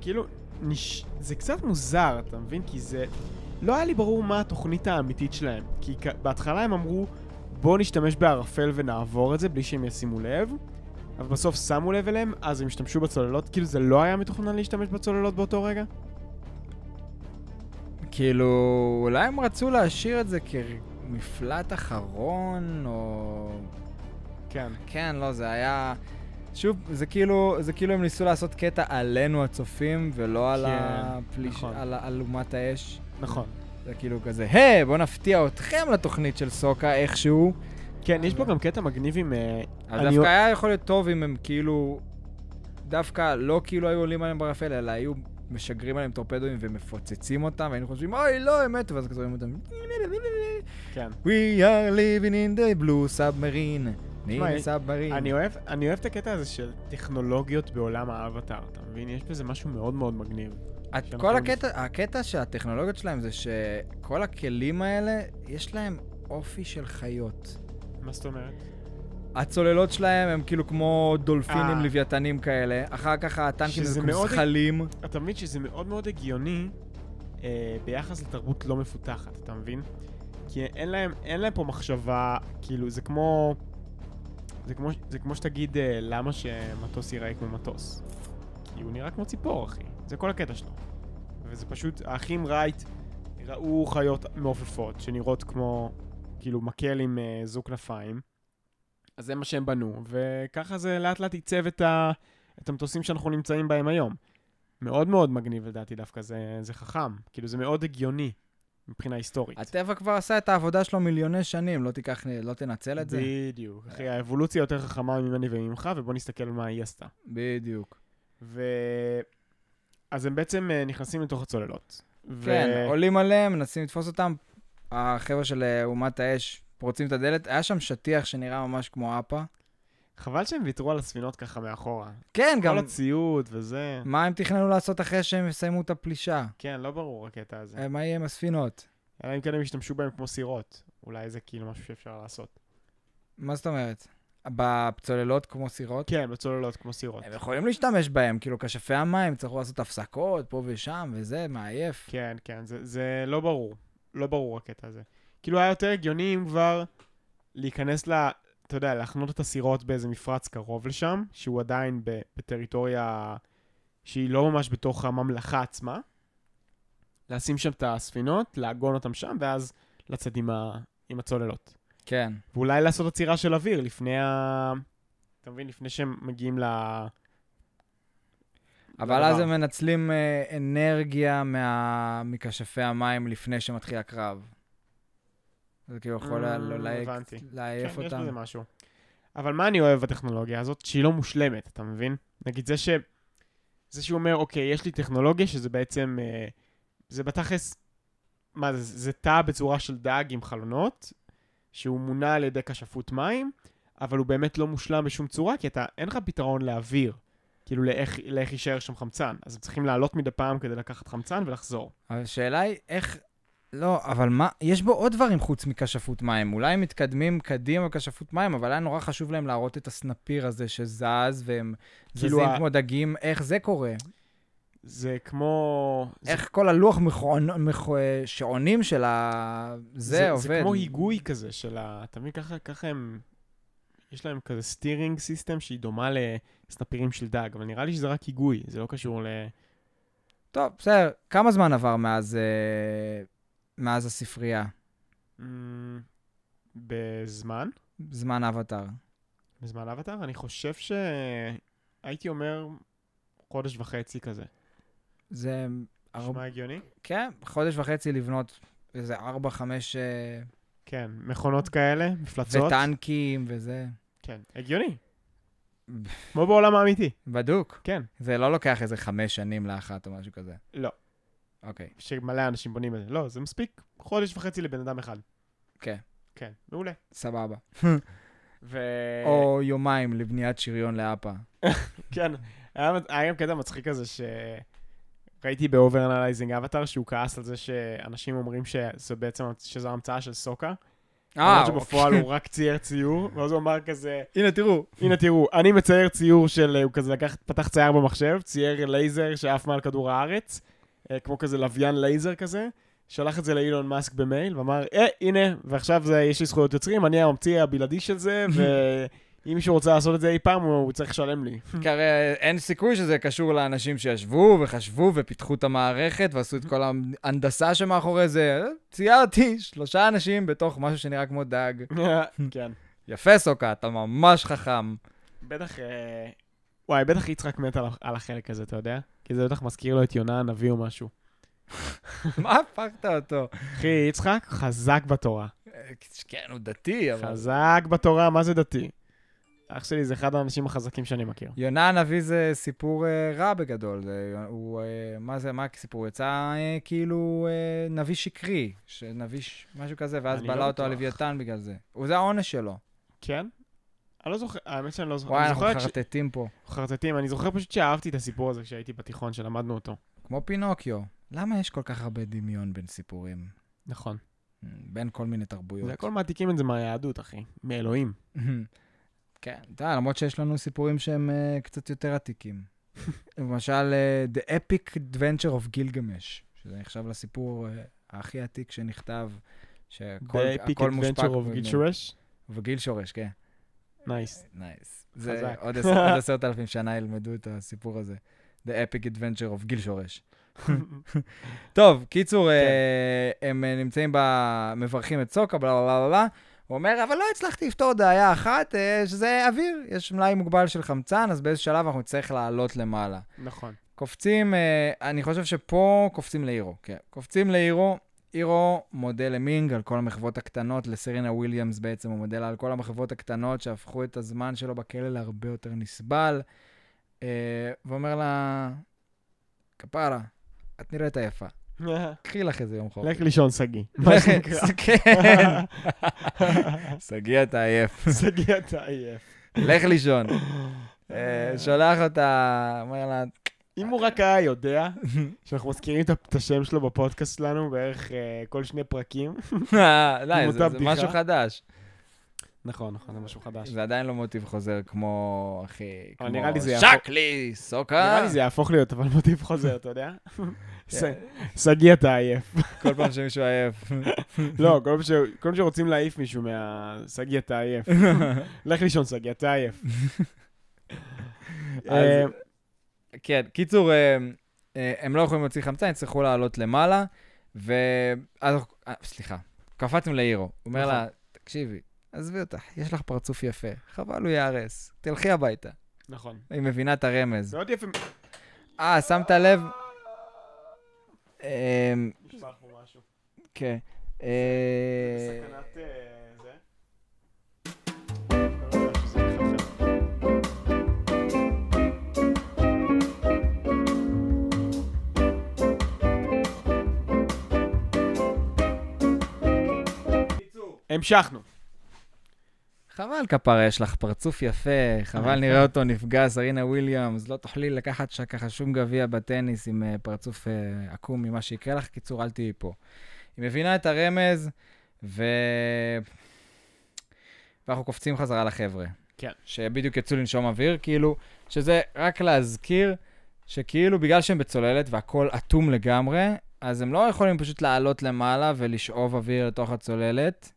כאילו, נש... זה קצת מוזר, אתה מבין? כי זה... לא היה לי ברור מה התוכנית האמיתית שלהם. כי כ... בהתחלה הם אמרו, בואו נשתמש בערפל ונעבור את זה בלי שהם ישימו לב, אבל בסוף שמו לב אליהם, אז הם השתמשו בצוללות, כאילו זה לא היה מתוכנן להשתמש בצוללות באותו רגע? כאילו, אולי הם רצו להשאיר את זה כמפלט אחרון, או... כן. כן, לא, זה היה... שוב, זה כאילו, זה כאילו הם ניסו לעשות קטע עלינו הצופים, ולא על כן, הפליש... נכון. על ה- על אומת האש. נכון. זה כאילו כזה, היי, בוא נפתיע אתכם לתוכנית של סוקה איכשהו. כן, יש פה גם קטע מגניב עם... אה, אז אני- דווקא היה יכול להיות טוב אם הם כאילו... דווקא לא כאילו היו עולים עליהם ברפל, אלא היו משגרים עליהם טורפדואים ומפוצצים אותם, והיינו חושבים, אוי, לא, הם מתו, ואז כזה רואים אותם. כן. We are living in the blue submarine. תשמע, ניל סאבמרין. אני אוהב, אני אוהב את הקטע הזה של טכנולוגיות בעולם האבטאר, אתה מבין? יש בזה משהו מאוד מאוד מגניב. את- שאנחנו כל לא הקטע, הקטע שהטכנולוגיות שלהם זה שכל הכלים האלה, יש להם אופי של חיות. מה זאת אומרת? הצוללות שלהם הם כאילו כמו דולפינים, אה. לוויתנים כאלה. אחר כך הטנקים שזה זה כמו מאוד- זחלים. אתה מבין שזה מאוד מאוד הגיוני אה, ביחס לתרבות לא מפותחת, אתה מבין? כי אין להם, אין להם פה מחשבה, כאילו, זה כמו... זה כמו, זה כמו שתגיד אה, למה שמטוס ייראה כמו מטוס. כי הוא נראה כמו ציפור, אחי. זה כל הקטע שלו. וזה פשוט, האחים רייט ראו חיות מעופפות, שנראות כמו, כאילו, מקל עם אה, זו כנפיים. אז זה מה שהם בנו, וככה זה לאט לאט עיצב את, ה, את המטוסים שאנחנו נמצאים בהם היום. מאוד מאוד מגניב לדעתי דווקא, זה, זה חכם. כאילו, זה מאוד הגיוני מבחינה היסטורית. הטבע כבר עשה את העבודה שלו מיליוני שנים, לא תיקח, לא תנצל את זה? בדיוק. אחי, האבולוציה יותר חכמה ממני וממך, ובוא נסתכל על מה היא עשתה. בדיוק. ו... אז הם בעצם אה, נכנסים לתוך הצוללות. ו- כן, עולים עליהם, מנסים לתפוס אותם. החבר'ה של אה, אומת האש פורצים את הדלת. היה שם שטיח שנראה ממש כמו אפה. חבל שהם ויתרו על הספינות ככה מאחורה. כן, גם... גם... Mm. כל הציוד וזה. מה הם תכננו לעשות אחרי שהם יסיימו את הפלישה? כן, לא ברור הקטע הזה. אה, מה יהיה עם הספינות? אלא אם כן הם ישתמשו בהם כמו סירות. אולי זה כאילו משהו שאפשר לעשות. מה זאת אומרת? בצוללות כמו סירות? כן, בצוללות כמו סירות. הם יכולים להשתמש בהם, כאילו כשפי המים, יצטרכו לעשות הפסקות פה ושם וזה, מעייף. כן, כן, זה, זה לא ברור. לא ברור הקטע הזה. כאילו היה יותר הגיוני אם כבר להיכנס ל... אתה יודע, להחנות את הסירות באיזה מפרץ קרוב לשם, שהוא עדיין ב, בטריטוריה שהיא לא ממש בתוך הממלכה עצמה. לשים שם את הספינות, לעגון אותם שם, ואז לצאת עם, ה, עם הצוללות. כן. ואולי לעשות עצירה של אוויר לפני ה... אתה מבין? לפני שהם מגיעים ל... אבל לא דבר. אז הם מנצלים אה, אנרגיה מה... מכשפי המים לפני שמתחיל הקרב. זה כאילו יכול היה Mm, לא להעיק- הבנתי. להעיף כן, יש אותם. בזה משהו. אבל מה אני אוהב בטכנולוגיה הזאת? שהיא לא מושלמת, אתה מבין? נגיד זה ש... זה שהוא אומר, אוקיי, יש לי טכנולוגיה שזה בעצם... אה, זה בתכלס... מה זה? זה תא בצורה של דג עם חלונות, שהוא מונע על ידי כשפות מים, אבל הוא באמת לא מושלם בשום צורה, כי אתה, אין לך פתרון לאוויר. כאילו, לאיך, לאיך יישאר שם חמצן. אז הם צריכים לעלות מדי פעם כדי לקחת חמצן ולחזור. אבל השאלה היא איך... לא, אבל מה, יש בו עוד דברים חוץ מכשפות מים. אולי הם מתקדמים קדימה בכשפות מים, אבל היה נורא חשוב להם להראות את הסנפיר הזה שזז, והם כאילו זזים ה- כמו דגים. איך זה קורה? זה כמו... זה איך כל הלוח מכוענ- מכוע- שעונים של ה... זה עובד. זה כמו היגוי כזה של ה... אתה מבין? ככה, ככה הם יש להם כזה סטירינג סיסטם שהיא דומה לסנפירים של דג, אבל נראה לי שזה רק היגוי, זה לא קשור ל... טוב, בסדר. כמה זמן עבר מאז, אה, מאז הספרייה? אמ, בזמן? זמן אבטאר. בזמן אבטאר? אני חושב ש... הייתי אומר חודש וחצי כזה. זה... ארבע- נשמע הגיוני? כן, חודש וחצי לבנות איזה ארבע, חמש... אה, כן, מכונות כאלה, מפלצות. וטנקים וזה. כן, הגיוני. כמו בעולם האמיתי, בדוק. כן. זה לא לוקח איזה חמש שנים לאחת או משהו כזה. לא, אוקיי. שמלא אנשים בונים את זה. לא, זה מספיק חודש וחצי לבן אדם אחד. כן. כן, מעולה. סבבה. ו... או יומיים לבניית שריון לאפה. כן, היה היה גם קטע מצחיק כזה ש... ראיתי באובר אנלייזינג אבטאר שהוא כעס על זה שאנשים אומרים שזה בעצם, שזו המצאה של סוקה. למרות שבפועל הוא רק צייר ציור, ואז הוא אמר כזה, אה, אוקיי. הנה, תראו. הנה תראו, אני מצייר ציור של, אה, הוא כזה לקח, פתח צייר במחשב, צייר לייזר שעף מעל כדור הארץ, אה, כמו כזה לוויין לייזר כזה, שלח את זה לאילון מאסק במייל, ואמר, אה, הנה, ועכשיו זה, יש לי זכויות יוצרים, אני הממציא הבלעדי של (laughs) זה, ואם מישהו רוצה לעשות את זה אי פעם, הוא, הוא צריך לשלם לי. כי הרי אין סיכוי שזה קשור לאנשים שישבו וחשבו ופיתחו את המערכת ועשו את כל ההנדסה שמאחורי זה. ציירתי שלושה אנשים בתוך משהו שנראה כמו דג. (laughs) כן. יפה, סוקה, אתה ממש חכם. (laughs) בטח, אה, וואי, בטח יצחק מת על, ה- על החלק הזה, אתה יודע? כי זה בטח מזכיר לו את יונה הנביא או משהו. מה הפכת אותו? אחי, יצחק חזק בתורה. אה, כן, הוא דתי, אבל... חזק בתורה, מה זה דתי? אח שלי זה אחד האנשים החזקים שאני מכיר. יונה הנביא זה סיפור אה, רע בגדול. זה, הוא, אה, מה זה, מה הסיפור? הוא יצא אה, כאילו אה, נביא שקרי, ש- נביא ש... משהו כזה, ואז אני בלע לא אותו בטוח. הלוויתן בגלל זה. הוא זה העונש שלו. כן? אני לא זוכר, האמת שאני לא זוכר. וואי, אני אנחנו זוכר רק מחרטטים פה. ש- חרטטים, אני זוכר פשוט שאהבתי את הסיפור הזה כשהייתי בתיכון, שלמדנו אותו. כמו פינוקיו. למה יש כל כך הרבה דמיון בין סיפורים? נכון. בין כל מיני תרבויות. זה הכל מעתיקים את זה מהיהדות, אחי. מאלוהים. (laughs) כן, אתה יודע, למרות שיש לנו סיפורים שהם אה, קצת (laughs) יותר עתיקים. למשל, אה, The Epic Adventure of Gilgamesh, שזה נחשב לסיפור אה, הכי עתיק שנכתב, שהכל The Epic הכל מושפע... Adventure of Gilshursh. וגיל שורש, כן. (laughs) נייס. נייס. זה חזק. עוד עשר- עוד עשרת אלפים שנה ילמדו את הסיפור הזה. The Epic Adventure of גיל שורש. טוב, קיצור, אה, הם אה, נמצאים ב... מברכים את סוקה, בלה בלה בלה בלה. הוא אומר, אבל לא הצלחתי לפתור דעיה אחת, אה, שזה אוויר. יש מלאי מוגבל של חמצן, אז באיזה שלב אנחנו נצטרך לעלות למעלה. (laughs) נכון. קופצים, אה, אני חושב שפה קופצים לאירו, כן. קופצים לאירו, אירו מודה למינג על כל המחוות הקטנות, לסרינה וויליאמס בעצם הוא מודה לה על כל המחוות הקטנות שהפכו את הזמן שלו בכלא להרבה יותר נסבל, אה, ואומר לה, כפרה, את נראית יפה, קחי לך איזה יום חופש. לך לישון, (laughs) שגיא. מה שנקרא. כן, (laughs) שגיא אתה עייף, שגיא, אתה עייף. לך לישון. אה, שולח אותה, אומר (laughs) לה, אם הוא רק היה יודע שאנחנו מזכירים את ה- את השם שלו בפודקאסט שלנו בערך אה, כל שני פרקים. לא, עם זה- אותה זה בדיחה. משהו חדש. נכון, נכון, זה משהו חדש. זה עדיין לא מוטיב חוזר כמו, אחי, אבל כמו נראה לי זה יהפוך- שק לי, סוקה. נראה לי זה יהפוך להיות, אבל מוטיב חוזר, אתה (laughs) יודע? שגיא, אתה עייף. (laughs) כל פעם שמישהו עייף. לא, כל פעם ש- כל פעם שרוצים להעיף מישהו מה... שגיא, אתה (laughs) עייף. לך לישון, שגיא, אתה (laughs) עייף. אה, אז- כן, קיצור, אה, אה, הם לא יכולים להוציא חמצן, יצטרכו לעלות למעלה, ו... אז- אה, סליחה, קפצנו לאירו. הוא נכון. אומר לה, תקשיבי, עזבי אותך, יש לך פרצוף יפה, חבל הוא ייהרס, תלכי הביתה. נכון. היא מבינה את הרמז. זה עוד יפה. אה, שמת לב? אה, נשמע כמו משהו. כן. אה, סכנת, אה, זה. אתה לא יודע שזה מתחלחל. המשכנו. חבל כפרה, יש לך פרצוף יפה, חבל נראה אותו נפגע, זרינה וויליאמס, לא תוכלי לקחת ש- ככה שום גביע בטניס עם אה, פרצוף אה, עקום ממה שיקרה לך, קיצור, אל תהיי פה. היא מבינה את הרמז, ו... ואנחנו קופצים חזרה לחבר'ה. כן. שבדיוק יצאו לנשום אוויר, כאילו, שזה רק להזכיר שכאילו בגלל שהם בצוללת והכול אטום לגמרי, אז הם לא יכולים פשוט לעלות למעלה ולשאוב אוויר לתוך הצוללת.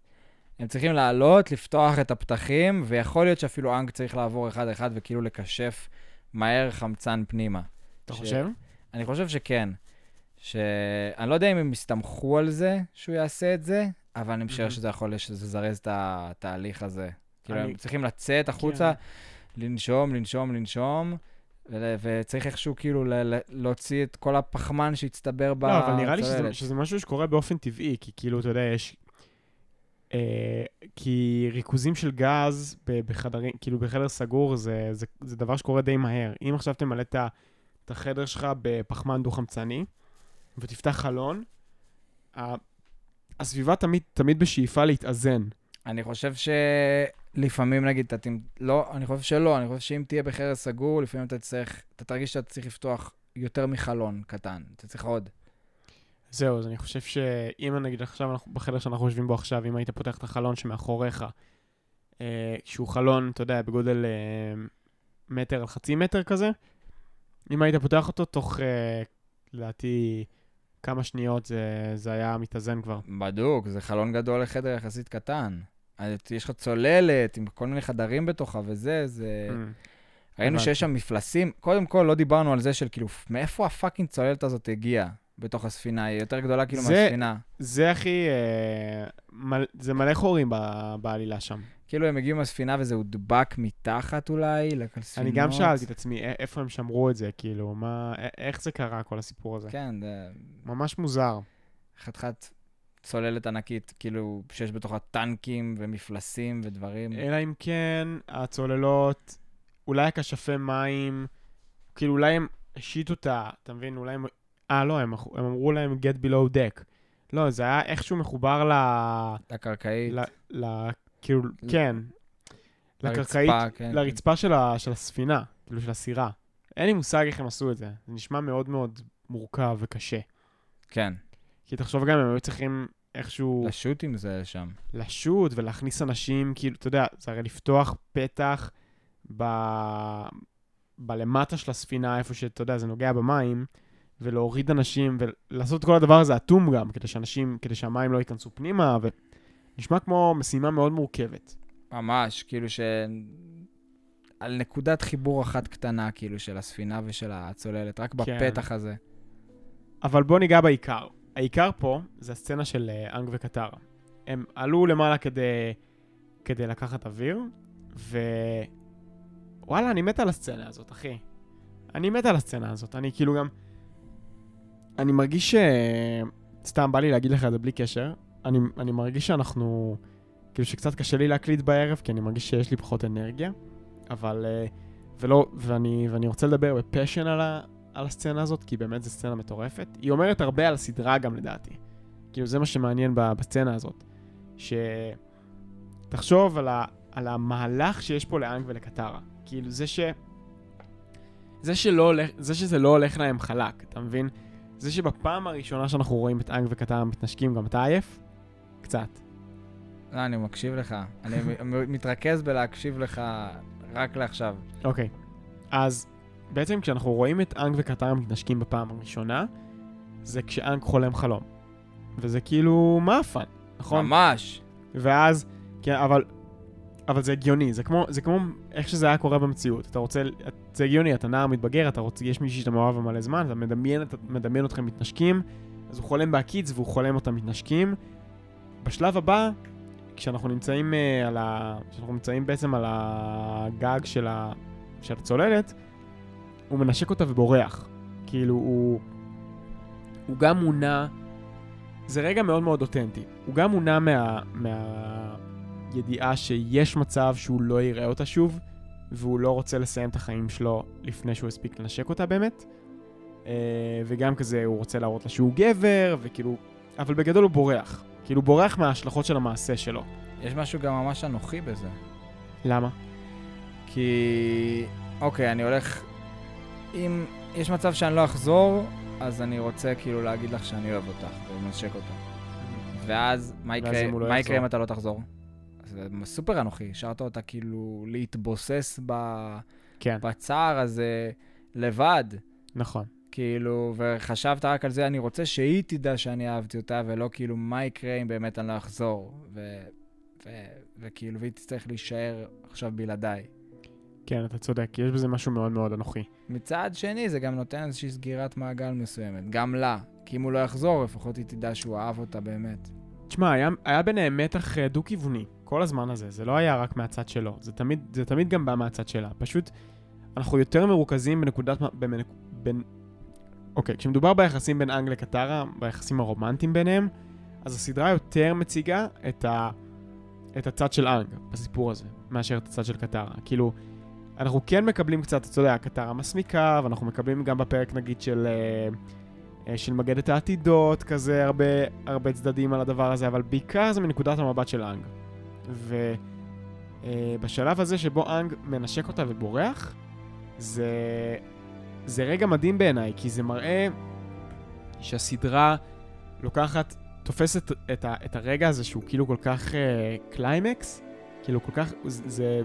הם צריכים לעלות, לפתוח את הפתחים, ויכול להיות שאפילו אנג צריך לעבור אחד-אחד וכאילו לקשף מהר חמצן פנימה. אתה ש- חושב? אני חושב שכן. ש... אני לא יודע אם הם הסתמכו על זה, שהוא יעשה את זה, אבל אני משער מהמם. שזה יכול שזה זרז את התהליך הזה. כאילו, Mhm. אני- כן. הם צריכים לצאת החוצה, לנשום, לנשום, לנשום, ו- וצריך איכשהו כאילו ל- ל- להוציא את כל הפחמן שהצטבר לא, אבל נראה לי שזה, בצוללת. שזה משהו שקורה באופן טבעי, כי כאילו, אתה יודע, יש... אה, כי ריכוזים של גז ב- בחדרים, כאילו בחדר סגור, זה, זה, זה דבר שקורה די מהר. אם עכשיו תמלא את ה- את החדר שלך בפחמן דו-חמצני, ותפתח חלון, ה- הסביבה תמיד, תמיד בשאיפה להתאזן. אני חושב שלפעמים, נגיד, אתה תמ... לא, אני חושב שלא, אני חושב שאם תהיה בחרס סגור, לפעמים אתה תצטרך, אתה תרגיש שאתה צריך לפתוח יותר מחלון קטן, אתה צריך עוד. זהו, אז אני חושב שאם נגיד עכשיו, אנחנו, בחדר שאנחנו יושבים בו עכשיו, אם היית פותח את החלון שמאחוריך, אה, שהוא חלון, אתה יודע, בגודל אה, מטר על חצי מטר כזה, אם היית פותח אותו, תוך, אה, לדעתי, כמה שניות זה, זה היה מתאזן כבר. בדוק, זה חלון גדול לחדר יחסית קטן. אז יש לך צוללת עם כל מיני חדרים בתוכה וזה, זה... Mm. ראינו הבנתי. שיש שם מפלסים. קודם כל, לא דיברנו על זה של כאילו, מאיפה הפאקינג צוללת הזאת הגיעה בתוך הספינה? היא יותר גדולה כאילו זה- מהספינה. זה הכי... אה, מל, זה מלא חורים ב, בעלילה שם. כאילו, הם הגיעו מהספינה וזה הודבק מתחת אולי, לספינות. אני גם שאלתי את עצמי, א- איפה הם שמרו את זה, כאילו, מה, א- איך זה קרה, כל הסיפור הזה. כן, זה ממש מוזר. חתיכת צוללת ענקית, כאילו, שיש בתוכה טנקים ומפלסים ודברים. אלא אם כן הצוללות, אולי הכשפי מים, כאילו אולי הם השיתו את ה... אתה מבין? אולי הם... אה, לא, הם, אח- הם אמרו להם get below deck. לא, זה היה איכשהו מחובר ל... לקרקעית, ל... ל... כאילו, כן. לקרקעית, לרצפה, כן. לרצפה של, ה... של הספינה, כאילו של הסירה. אין לי מושג איך הם עשו את זה. זה נשמע מאוד מאוד מורכב וקשה. כן, כי תחשוב גם, הם היו צריכים איכשהו... לשוט עם זה שם. לשוט ולהכניס אנשים, כאילו, אתה יודע, זה הרי לפתוח פתח ב... בלמטה של הספינה, איפה שאתה יודע, זה נוגע במים, ולהוריד אנשים, ולעשות את כל הדבר הזה אטום גם, כדי שאנשים, כדי שהמים לא ייכנסו פנימה, ונשמע כמו משימה מאוד מורכבת. ממש, כאילו ש... על נקודת חיבור אחת קטנה, כאילו, של הספינה ושל הצוללת, רק כן. בפתח הזה. אבל בוא ניגע בעיקר. העיקר פה זה הסצנה של אה, אנג וקטרה. הם עלו למעלה כדי, כדי לקחת אוויר, ו... וואלה, אני מת על הסצנה הזאת, אחי. אני מת על הסצנה הזאת. אני כאילו גם... אני מרגיש ש... סתם, בא לי להגיד לך את זה בלי קשר. אני, אני מרגיש שאנחנו... כאילו שקצת קשה לי להקליט בערב, כי אני מרגיש שיש לי פחות אנרגיה, אבל... אה, ולא... ואני, ואני רוצה לדבר בפשן על, ה, על הסצנה הזאת, כי באמת זו סצנה מטורפת. היא אומרת הרבה על הסדרה גם לדעתי. כאילו זה מה שמעניין ב- בסצנה הזאת. ש... תחשוב על, ה... על המהלך שיש פה לאנג ולקטרה. כאילו זה ש... זה, שלא הולך... זה שזה לא הולך להם חלק, אתה מבין? זה שבפעם הראשונה שאנחנו רואים את אנג וקטרה מתנשקים, גם אתה עייף? קצת. לא, אני מקשיב לך. אני מ- מתרכז בלהקשיב לך רק לעכשיו. אוקיי. אז בעצם כשאנחנו רואים את אנג וקטרה מתנשקים בפעם הראשונה, זה כשאנג חולם חלום. וזה כאילו, מה הפאן, נכון? ממש. ואז, כן, אבל, אבל זה הגיוני, זה כמו, זה כמו איך שזה היה קורה במציאות. אתה רוצה, זה הגיוני, אתה נער מתבגר, אתה רוצה, יש מישהי שאתה מאוהב מלא זמן, אתה מדמיין, אתה מדמיין אתכם מתנשקים, אז הוא חולם בהקיץ והוא חולם אותם מתנשקים. בשלב הבא, כשאנחנו נמצאים, אה, על ה... כשאנחנו נמצאים בעצם על הגג של, ה... של הצוללת, הוא מנשק אותה ובורח. כאילו, הוא, הוא גם מונע, זה רגע מאוד מאוד אותנטי. הוא גם מונע מה... מהידיעה שיש מצב שהוא לא יראה אותה שוב, והוא לא רוצה לסיים את החיים שלו לפני שהוא הספיק לנשק אותה באמת. אה, וגם כזה, הוא רוצה להראות לה שהוא גבר, וכאילו... אבל בגדול הוא בורח. כאילו, הוא בורח מההשלכות של המעשה שלו. יש משהו גם ממש אנוכי בזה. למה? כי... אוקיי, אני הולך... אם יש מצב שאני לא אחזור, אז אני רוצה כאילו להגיד לך שאני אוהב אותך ומנשק אותך. ואז מה ואז יקרה, אם הוא לא מה יחזור? יקרה אם אתה לא תחזור? זה סופר אנוכי, השארת אותה כאילו להתבוסס ב- כן, בצער הזה לבד, נכון. כאילו, וחשבת רק על זה, אני רוצה שהיא תדע שאני אהבתי אותה, ולא כאילו מה יקרה אם באמת אני לא אחזור. ו... ו- וכאילו, והיא תצטרך להישאר עכשיו בלעדיי. כן, אתה צודק, יש בזה משהו מאוד מאוד אנוכי. מצד שני, זה גם נותן איזושהי סגירת מעגל מסוימת, גם לה. כי אם הוא לא יחזור, לפחות היא תדע שהוא אהב אותה באמת. תשמע, היה, היה ביניהם מתח אה, דו-כיווני, כל הזמן הזה, זה לא היה רק מהצד שלו, זה תמיד, זה תמיד גם בא מהצד שלה, פשוט אנחנו יותר מרוכזים בנקודת... מ- במנק, בין... אוקיי, כשמדובר ביחסים בין אנג לקטרה, ביחסים הרומנטיים ביניהם, אז הסדרה יותר מציגה את, ה, את הצד של אנג בסיפור הזה, מאשר את הצד של קטרה. כאילו, אנחנו כן מקבלים קצת, אתה יודע, קטרה מסמיקה, ואנחנו מקבלים גם בפרק נגיד של... אה, אה, של מגדת העתידות, כזה הרבה, הרבה צדדים על הדבר הזה, אבל בעיקר זה מנקודת המבט של אנג. ובשלב הזה שבו אנג מנשק אותה ובורח, זה, זה רגע מדהים בעיניי, כי זה מראה שהסדרה לוקחת, תופסת את, ה, את הרגע הזה שהוא כאילו כל כך אה, קליימקס, כאילו כל כך, זה... זה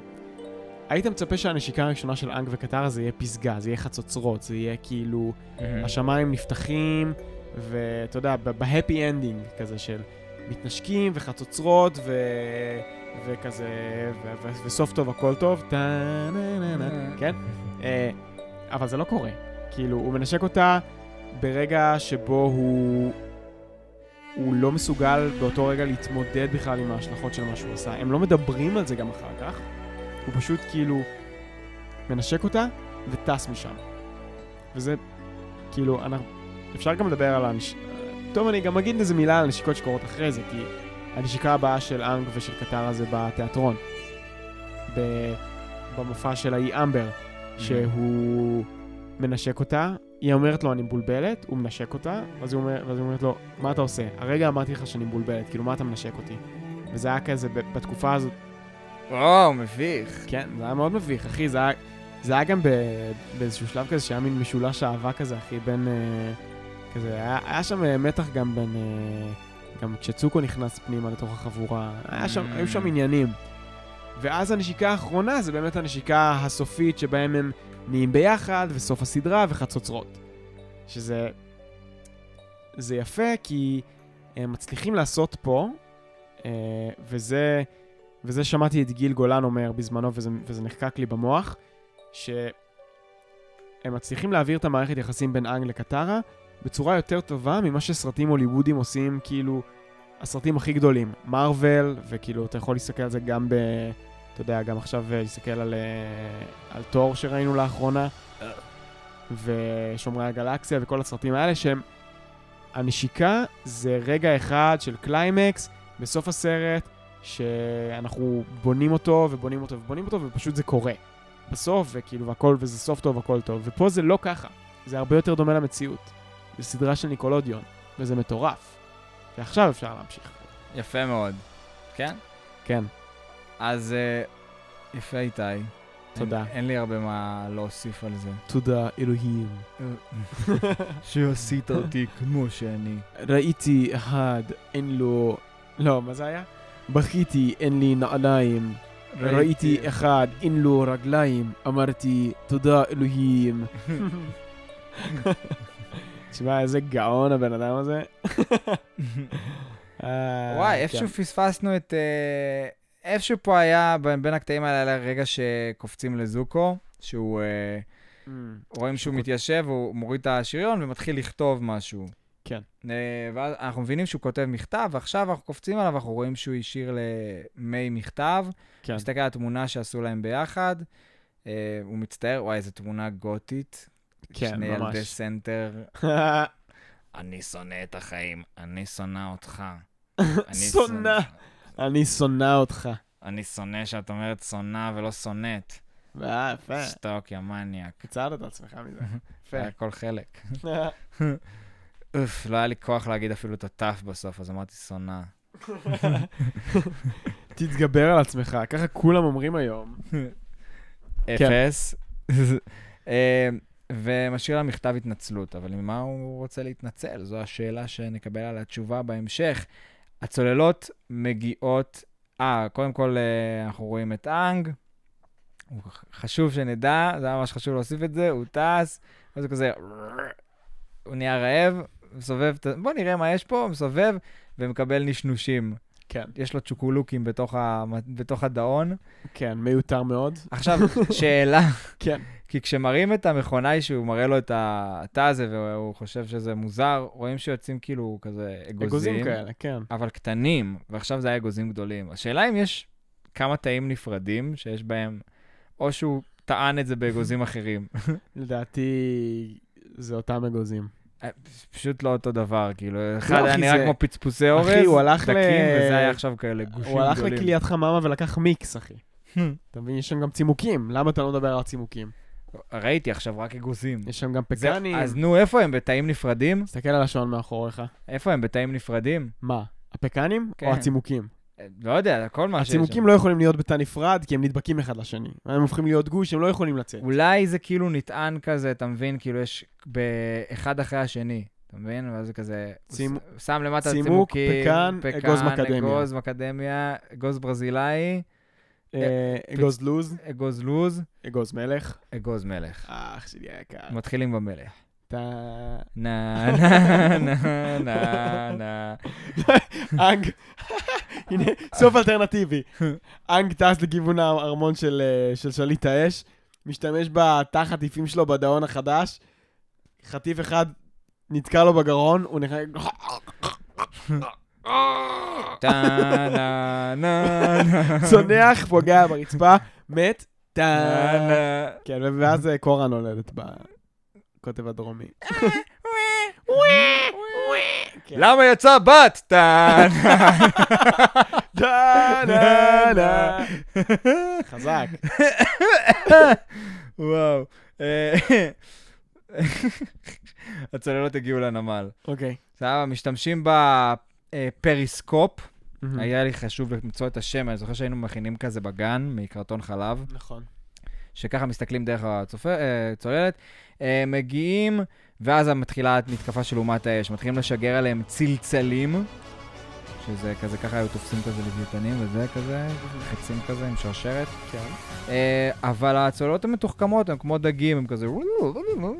היית מצפה שהנשיקה הראשונה של אנג וקטרה זה יהיה פסגה, זה יהיה חצוצרות, זה יהיה כאילו השמיים נפתחים, ואתה יודע, ב- בהפי אנדינג כזה של מתנשקים וחצוצרות ו... וכזה, ו- ו- וסוף טוב הכל טוב, טה נה נה נה, כן? אה, אבל זה לא קורה. כאילו, הוא מנשק אותה ברגע שבו הוא... הוא לא מסוגל באותו רגע להתמודד בכלל עם ההשלכות של מה שהוא עשה. הם לא מדברים על זה גם אחר כך. הוא פשוט כאילו מנשק אותה וטס משם. וזה כאילו, אנחנו... אפשר גם לדבר על הנש... טוב, אני גם אגיד איזה מילה על הנשיקות שקורות אחרי זה, כי הנשיקה הבאה של אנג ושל קטרה זה בתיאטרון. ב... במופע של האי אמבר, שהוא מנשק אותה, היא אומרת לו אני מבולבלת, הוא מנשק אותה, ואז היא, אומר... ואז היא אומרת לו, מה אתה עושה? הרגע אמרתי לך שאני מבולבלת, כאילו מה אתה מנשק אותי? וזה היה כזה, ב- בתקופה הזאת, וואו, מביך. כן, זה היה מאוד מביך, אחי, זה היה, זה היה גם ב, באיזשהו שלב כזה שהיה מין משולש אהבה כזה, אחי, בין... אה, כזה, היה, היה שם אה, מתח גם בין... אה, גם כשצוקו נכנס פנימה לתוך החבורה, היה שם, היו שם עניינים. ואז הנשיקה האחרונה זה באמת הנשיקה הסופית שבהם הם נהיים ביחד, וסוף הסדרה וחצוצרות. שזה... זה יפה כי הם מצליחים לעשות פה, אה, וזה... וזה שמעתי את גיל גולן אומר בזמנו, וזה, וזה נחקק לי במוח, שהם מצליחים להעביר את המערכת יחסים בין אנג לקטרה בצורה יותר טובה ממה שסרטים הוליוודים עושים, כאילו, הסרטים הכי גדולים, מארוול, וכאילו, אתה יכול להסתכל על זה גם ב... אתה יודע, גם עכשיו אה, להסתכל על, אה, על תור שראינו לאחרונה, ושומרי הגלקסיה וכל הסרטים האלה, שהם... הנשיקה זה רגע אחד של קליימקס בסוף הסרט, שאנחנו בונים אותו ובונים אותו ובונים אותו ופשוט זה קורה. בסוף וכאילו והכל וזה סוף טוב הכל טוב ופה זה לא ככה זה הרבה יותר דומה למציאות. זה סדרה של ניקולודיון וזה מטורף. ועכשיו אפשר להמשיך. יפה מאוד. כן? כן, אז אה, יפה, איתי. אין- תודה. אין לי הרבה מה להוסיף על זה. תודה אלוהים. שעשית (laughs) אותי כמו שאני. (laughs) ראיתי אחד אין לו... לא, מה זה היה? בכיתי אין לי נעליים. ראיתי אחד אין לו רגליים. אמרתי תודה (laughs) אלוהים. תשמע איזה גאון הבן אדם (laughs) הזה. אה, וואי, כן. איפשהו פספסנו את... אה, איפשהו פה היה, בין בין הקטעים האלה, היה רגע שקופצים לזוקו, שהוא... אה, Mm, רואים שהוא מתיישב, הוא מוריד את השריון ומתחיל לכתוב משהו. כן. אה, ואז אנחנו מבינים שהוא כותב מכתב, ועכשיו אנחנו קופצים עליו, אנחנו רואים שהוא השאיר למי מכתב. כן. מסתכל על התמונה שעשו להם ביחד, אה, הוא מצטער, וואי, איזו תמונה גותית. כן, שני ילדי (laughs) ממש. סנטר, אני שונא את החיים, אני שונא אותך. אני שונא. אני שונא אותך. אני שונא שאת אומרת שונא ולא שונאת. אה, יפה. שתוק, יא מניאק. הצעת את עצמך (laughs) מזה. יפה. זה הכל חלק. כן. אוף, לא היה לי כוח להגיד אפילו את התף בסוף, אז אמרתי שונא. (laughs) תתגבר על עצמך, ככה כולם אומרים היום. אפס. אה, ומשאיר לה מכתב התנצלות, אבל ממה הוא רוצה להתנצל? זו השאלה שנקבל עליה תשובה בהמשך. הצוללות מגיעות... אה, קודם כל אה, אנחנו רואים את אנג. הוא ח- חשוב שנדע, זה היה ממש חשוב להוסיף את זה, הוא טס, ואז הוא כזה... הוא נהיה רעב, מסובב, את ה- בוא נראה מה יש פה, מסובב ומקבל נשנושים. כן, יש לו צ'וקולוקים בתוך, ה... בתוך הדאון. כן, מיותר מאוד. עכשיו, שאלה, כן. כי כשמראים את המכונאי שהוא מראה לו את התא הזה והוא חושב שזה מוזר, רואים שיוצאים כאילו כזה אגוזים, אגוזים כאלה, כן. אבל קטנים, ועכשיו זה היה אגוזים גדולים. השאלה אם יש כמה תאים נפרדים שיש בהם, או שהוא טען את (laughs) זה באגוזים אחרים. לדעתי, זה אותם אגוזים. פשוט לא אותו דבר, כאילו, אחד היה אחי, נראה זה- כמו פצפוצי אורז, אחי, הוא הלך דקים, ל- וזה היה עכשיו כאלה גושים גדולים. הוא הלך לקהיליית חממה ולקח מיקס, אחי. אתה מבין, יש שם גם צימוקים. למה אתה לא מדבר על צימוקים? (laughs) ראיתי עכשיו רק אגוזים. יש שם גם זה- פקנים. אז נו, איפה הם? בתאים נפרדים? תסתכל על השעון מאחוריך. איפה הם? בתאים נפרדים? מה, הפקנים כן. או הצימוקים? אה, לא יודע, כל מה שיש. הצימוקים שם. לא יכולים להיות בתא נפרד, כי הם נדבקים אחד לשני. הם הופכים להיות גוש, הם לא יכולים לצאת. אולי זה כאילו נטען כזה, אתה מבין? כאילו יש באחד אחרי השני, אתה מבין? ואז זה כזה... הוא צימ- ש- שם למטה צימוק, צימוקים, פקן, אגוז מקדמיה. אגוז מקדמיה, אגוז ברזילאי, אה, אגוז לוז, אגוז לוז, אגוז מלך. אגוז מלך. אח שלי היקר. מתחילים במלך. אתה... נה, נה, נה, נה, נה. אנג, הנה, סוף אלטרנטיבי. אנג טס לכיוון הארמון של, אה, של שליט האש, משתמש בתא חטיפים שלו בדאון החדש, חטיף אחד נתקע לו בגרון, הוא נכנס... (laughs) טה, נה, נה, נה. צונח, פוגע ברצפה, מת, נה, טאן. נה. כן, ואז אה, קורה נולדת בקוטב הדרומי. כן. למה יצא בת? טה, טאן, (laughs) נה, אה, נה. אה. חזק. וואו. אה, (laughs) הצוללות הגיעו לנמל. אוקיי. סבבה, משתמשים בפריסקופ. היה לי חשוב למצוא את השם, אני זוכר שהיינו מכינים כזה בגן מקרטון חלב, נכון. שככה שככה מסתכלים דרך הצוללת. אה, מגיעים, ואז מתחילה המתקפה של אומת האש. מתחילים לשגר עליהם צלצלים, שזה כזה, ככה היו תופסים כזה לוויתנים וזה כזה, חצים כזה עם שרשרת. כן. אה, אבל הצוללות הן מתוחכמות, הן כמו דגים, הן כזה...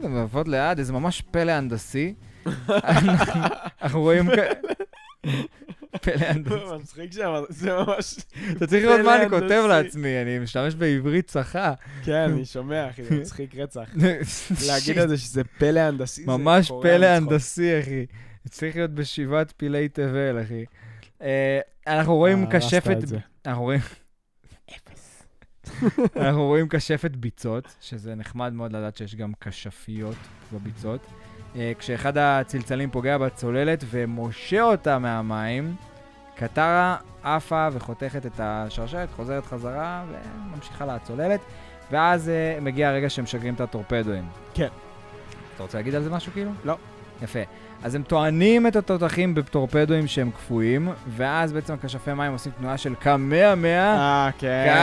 הן עוברות ליד, איזה ממש פלא הנדסי. אנחנו- אנחנו רואים כ... פלא הנדסי. (laughs) מצחיק שם, זה ממש... אתה צריך לראות מה אני פלא כותב הנדסי. לעצמי, אני משתמש בעברית צחה. כן, אני שומע, אחי, זה מצחיק רצח. להגיד שיט, על זה שזה פלא הנדסי, זה ממש קורע פלא מצחוק. הנדסי, אחי. צריך להיות בשבעת פילי תבל, אחי. אה, אנחנו רואים אה, הרסת כשפת... את זה. אנחנו רואים... אנחנו רואים כשפת ביצות, שזה נחמד מאוד לדעת שיש גם כשפיות בביצות. אה, כשאחד הצלצלים פוגע בצוללת ומושה אותה מהמים, קטרה עפה וחותכת את השרשרת, חוזרת חזרה וממשיכה לצוללת, ואז אה, מגיע הרגע שהם משגרים את הטורפדואים. כן. אתה רוצה להגיד על זה משהו כאילו? לא. יפה. אז הם טוענים את התותחים בטורפדואים שהם קפואים, ואז בעצם הכשפי מים עושים תנועה של קמע-מאה. אה, כן.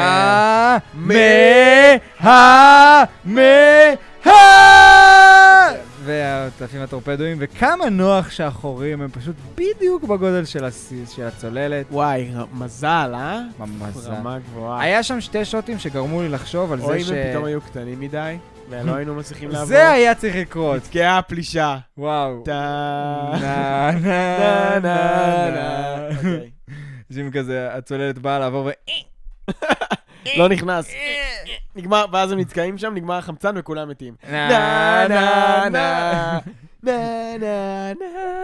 קמהה! והטלפים הטורפדואים, וכמה נוח שהחורים הם פשוט בדיוק בגודל של הס- של הצוללת. וואי, ר- מזל, אה? ממש זה. רמה גבוהה. היה שם שתי שוטים שגרמו לי לחשוב על או זה אם ש... הם פתאום היו קטנים מדי, ולא היינו מצליחים לעבור. (laughs) זה היה צריך לקרות. נתקעה הפלישה. וואו. טה... (laughs) נה, נה, נה, נה, נה. נה. (laughs) אוקיי. אנשים כזה, הצוללת באה לעבור ו... לא נכנס. נגמר, ואז הם נתקעים שם, נגמר החמצן וכולם מתים. נה, אה, נה, נה. נה, נה,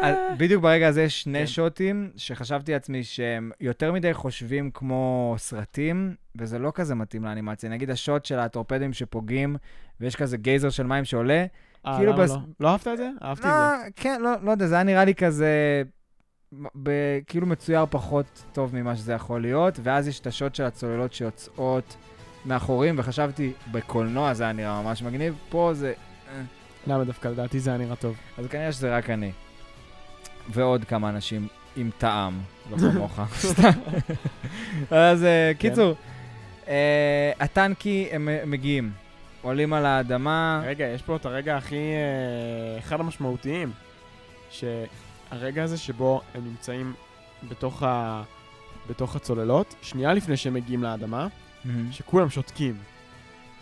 אז נה. בדיוק ברגע הזה יש שני כן. שוטים שחשבתי לעצמי שהם יותר מדי חושבים כמו סרטים, וזה לא כזה מתאים לאנימציה. נגיד השוט של הטורפדים שפוגעים, ויש כזה גייזר של מים שעולה. אה, כאילו למה בס- לא? לא אהבת את זה? אהבתי את לא, זה. כן, לא, לא יודע, זה היה נראה לי כזה... ב- כאילו מצויר פחות טוב ממה שזה יכול להיות, ואז יש את השוט של הצוללות שיוצאות מאחורים, וחשבתי, בקולנוע זה היה נראה ממש מגניב, פה זה למה דווקא? לדעתי זה היה נראה טוב. אז כנראה שזה רק אני. ועוד כמה אנשים עם טעם, לא כמוך, סתם. אז אה, קיצור, אה, הטנקי, הם אה, מגיעים. עולים על האדמה, רגע, יש פה את הרגע הכי... אה, אחד המשמעותיים, שהרגע הזה שבו הם נמצאים בתוך ה... בתוך הצוללות, שנייה לפני שהם מגיעים לאדמה, מהמם, שכולם שותקים.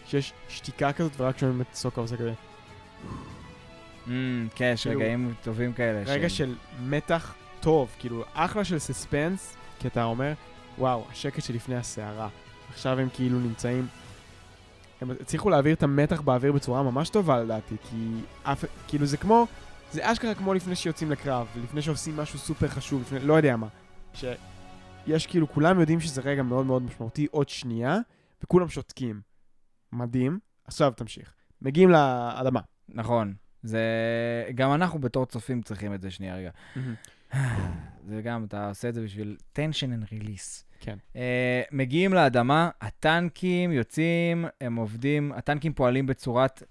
שיש שתיקה כזאת ורק שומעים את סוקה עושה כזה. מהמם, כן, יש כאילו, רגעים טובים כאלה. רגע של מתח טוב, כאילו אחלה של סספנס, כי אתה אומר, וואו, השקט שלפני הסערה. עכשיו הם כאילו נמצאים... הם הצליחו להעביר את המתח באוויר בצורה ממש טובה לדעתי, כי אף... כאילו זה כמו... זה אשכרה כמו לפני שיוצאים לקרב, לפני שעושים משהו סופר חשוב, לפני... לא יודע מה. שיש כאילו, כולם יודעים שזה רגע מאוד מאוד משמעותי, עוד שנייה, וכולם שותקים. מדהים. עכשיו תמשיך. מגיעים לאדמה. נכון. זה... גם אנחנו בתור צופים צריכים את זה שנייה רגע. זה גם, אתה עושה את זה בשביל tension and release. כן. Uh, מגיעים לאדמה, הטנקים יוצאים, הם עובדים, הטנקים פועלים בצורת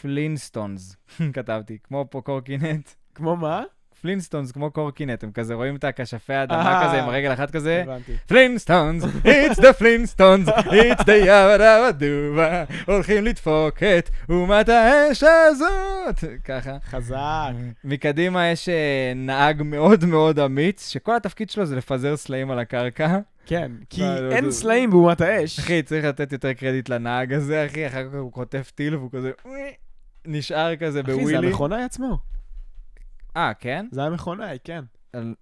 פלינסטונס, (laughs) כתבתי, כמו פה קורקינט. כמו מה? פלינסטונס כמו קורקינט, הם כזה רואים את הכשפי אה. האדמה כזה עם רגל אחת כזה. הבנתי. פלינסטונס, it's the פלינסטונס, it's the יבדה ודובה, הולכים לדפוק את אומת האש הזאת. ככה. חזק. מקדימה יש אה, נהג מאוד מאוד אמיץ, שכל התפקיד שלו זה לפזר סלעים על הקרקע. (laughs) כן, כי לא, לא, אין זה- סלעים באומת (laughs) האש. אחי, צריך לתת יותר קרדיט לנהג הזה, אחי, אחר כך הוא חוטף טיל והוא כזה... "אוי", נשאר כזה אחי, זה בווילי. המכונאי עצמו. אה, כן? זה המכונאי, כן. אל-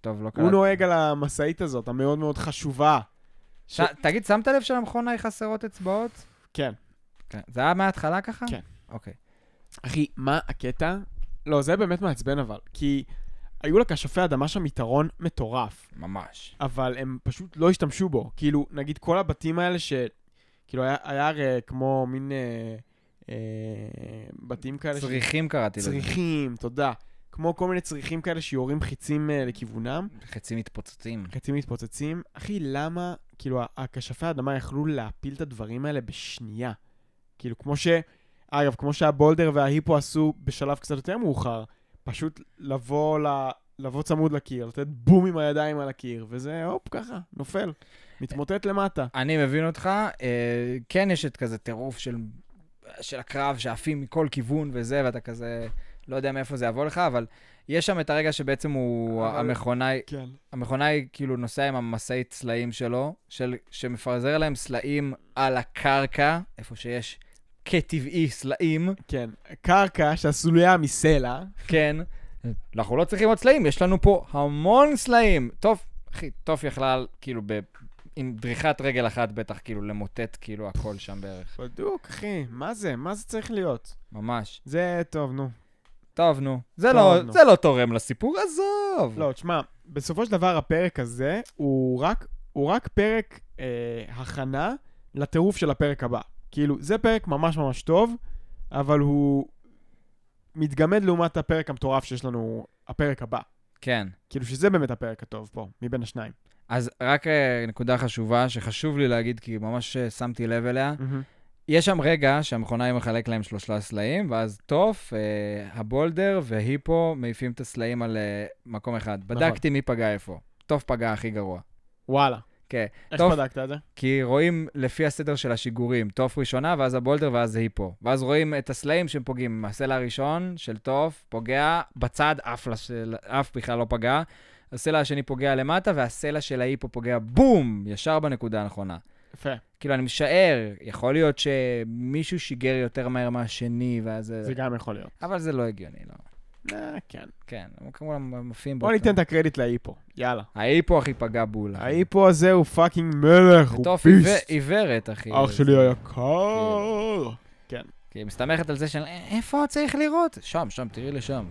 טוב, לא הוא קלטתי. נוהג על המשאית הזאת, המאוד מאוד חשובה. ש- ש- תגיד, שמת לב שלמכונאי חסרות אצבעות? כן. כן. זה היה מההתחלה ככה? כן. אוקיי. אחי, מה הקטע? לא, זה באמת מעצבן אבל. כי היו לכשפי אדמה שם יתרון מטורף, ממש. אבל הם פשוט לא השתמשו בו. כאילו, נגיד כל הבתים האלה ש... כאילו, היה, היה הרי כמו מין אה, אה, בתים כאלה... ש- צריכים קראתי לזה. צריכים, תודה. כמו כל מיני צריכים כאלה שיורים חיצים אה, לכיוונם. חצי מתפוצצים. חצים מתפוצצים. אחי, למה, כאילו, הכשפי האדמה יכלו להפיל את הדברים האלה בשנייה? כאילו, כמו ש... אגב, כמו שהבולדר וההיפו עשו בשלב קצת יותר מאוחר, פשוט לבוא, ל... לבוא צמוד לקיר, לתת בום עם הידיים על הקיר, וזה, הופ, ככה, נופל. מתמוטט למטה. אני מבין אותך, אה, כן יש את כזה טירוף של, של הקרב שעפים מכל כיוון וזה, ואתה כזה, לא יודע מאיפה זה יבוא לך, אבל יש שם את הרגע שבעצם הוא, אבל- המכונאי, כן. המכונאי כאילו נוסע עם המשאית סלעים שלו, של, שמפזר להם סלעים על הקרקע, איפה שיש כטבעי סלעים, כן. קרקע שעשויה מסלע, כן. אנחנו לא צריכים עוד סלעים, יש לנו פה המון סלעים. טוב, אחי, טוב יכלה, כאילו, ב... עם דריכת רגל אחת בטח, כאילו, למוטט כאילו הכל שם בערך. בדוק, אחי, מה זה? מה זה צריך להיות? ממש. זה טוב, נו. טוב, נו. זה, טוב, לא, נו. זה לא תורם לסיפור, עזוב. לא, תשמע, בסופו של דבר הפרק הזה הוא רק, הוא רק פרק אה, הכנה לטירוף של הפרק הבא. כאילו, זה פרק ממש ממש טוב, אבל הוא מתגמד לעומת הפרק המטורף שיש לנו, הפרק הבא. כן. כאילו שזה באמת הפרק הטוב פה, מבין השניים. אז רק אה, נקודה חשובה, שחשוב לי להגיד, כי ממש אה, שמתי לב אליה. Mm-hmm. יש שם רגע שהמכונאי מחלק להם שלושה סלעים, ואז טוף, אה, הבולדר והיפו מעיפים את הסלעים על אה, מקום אחד. נכון. בדקתי מי פגע איפה. טוף פגע הכי גרוע. וואלה. כן. איך טוב. בדקת את זה? כי רואים לפי הסדר של השיגורים, טוף ראשונה, ואז הבולדר, ואז זה היפו. ואז רואים את הסלעים שהם פוגעים. הסלע הראשון של טוף פוגע בצד, אף, לשל... אף בכלל לא פגע. הסלע השני פוגע למטה, והסלע של ההיפו פוגע בום! ישר בנקודה הנכונה. יפה. כאילו, אני משער, יכול להיות שמישהו שיגר יותר מהר מהשני, ואז... זה... זה גם יכול להיות. אבל זה לא הגיוני, לא. אה, כן. כן, הם כמובן מופיעים בוא ניתן את הקרדיט להיפו. יאללה. ההיפו הכי פגע בול. אחי. ההיפו הזה הוא פאקינג מלך, הוא וטוף עיוור- פיסט. עיוורת, אחי. אח זה- שלי כאילו. היקר. כי היא מסתמכת על זה של "אה, איפה צריך לראות? שם, שם, תראי לשם.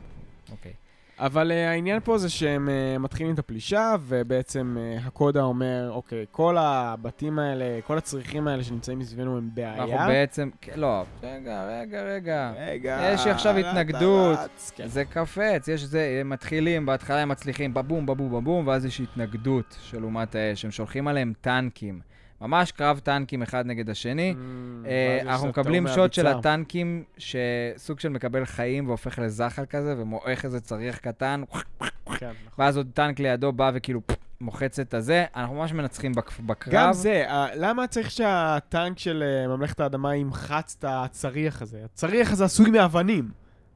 אוקיי. אבל uh, העניין פה זה שהם uh, מתחילים את הפלישה, ובעצם uh, הקודה אומר, אוקיי, כל הבתים האלה, כל הצריכים האלה שנמצאים מסביבנו הם בעיה. אנחנו בעצם... כן, לא, רגע, רגע, רגע. רגע, יש לי עכשיו לאן אתה התנגדות. רץ? כן. זה קפץ, יש זה, הם מתחילים, בהתחלה הם מצליחים, בבום, בבום, בבום, ואז יש התנגדות של אומת האש, הם שולחים עליהם טנקים. ממש קרב טנקים אחד נגד השני. Mm, אה, ואז יש את התאום אנחנו מקבלים שוט של מהביצה. הטנקים, שסוג של מקבל חיים והופך לזחל כזה, ומועך איזה צריח קטן, כן, נכון. ואז עוד טנק לידו בא וכאילו מוחץ את הזה. אנחנו ממש מנצחים בק- בקרב. גם זה, אה, למה צריך שהטנק של אה, ממלכת האדמה ימחץ את הצריח הזה? הצריח הזה עשוי מאבנים,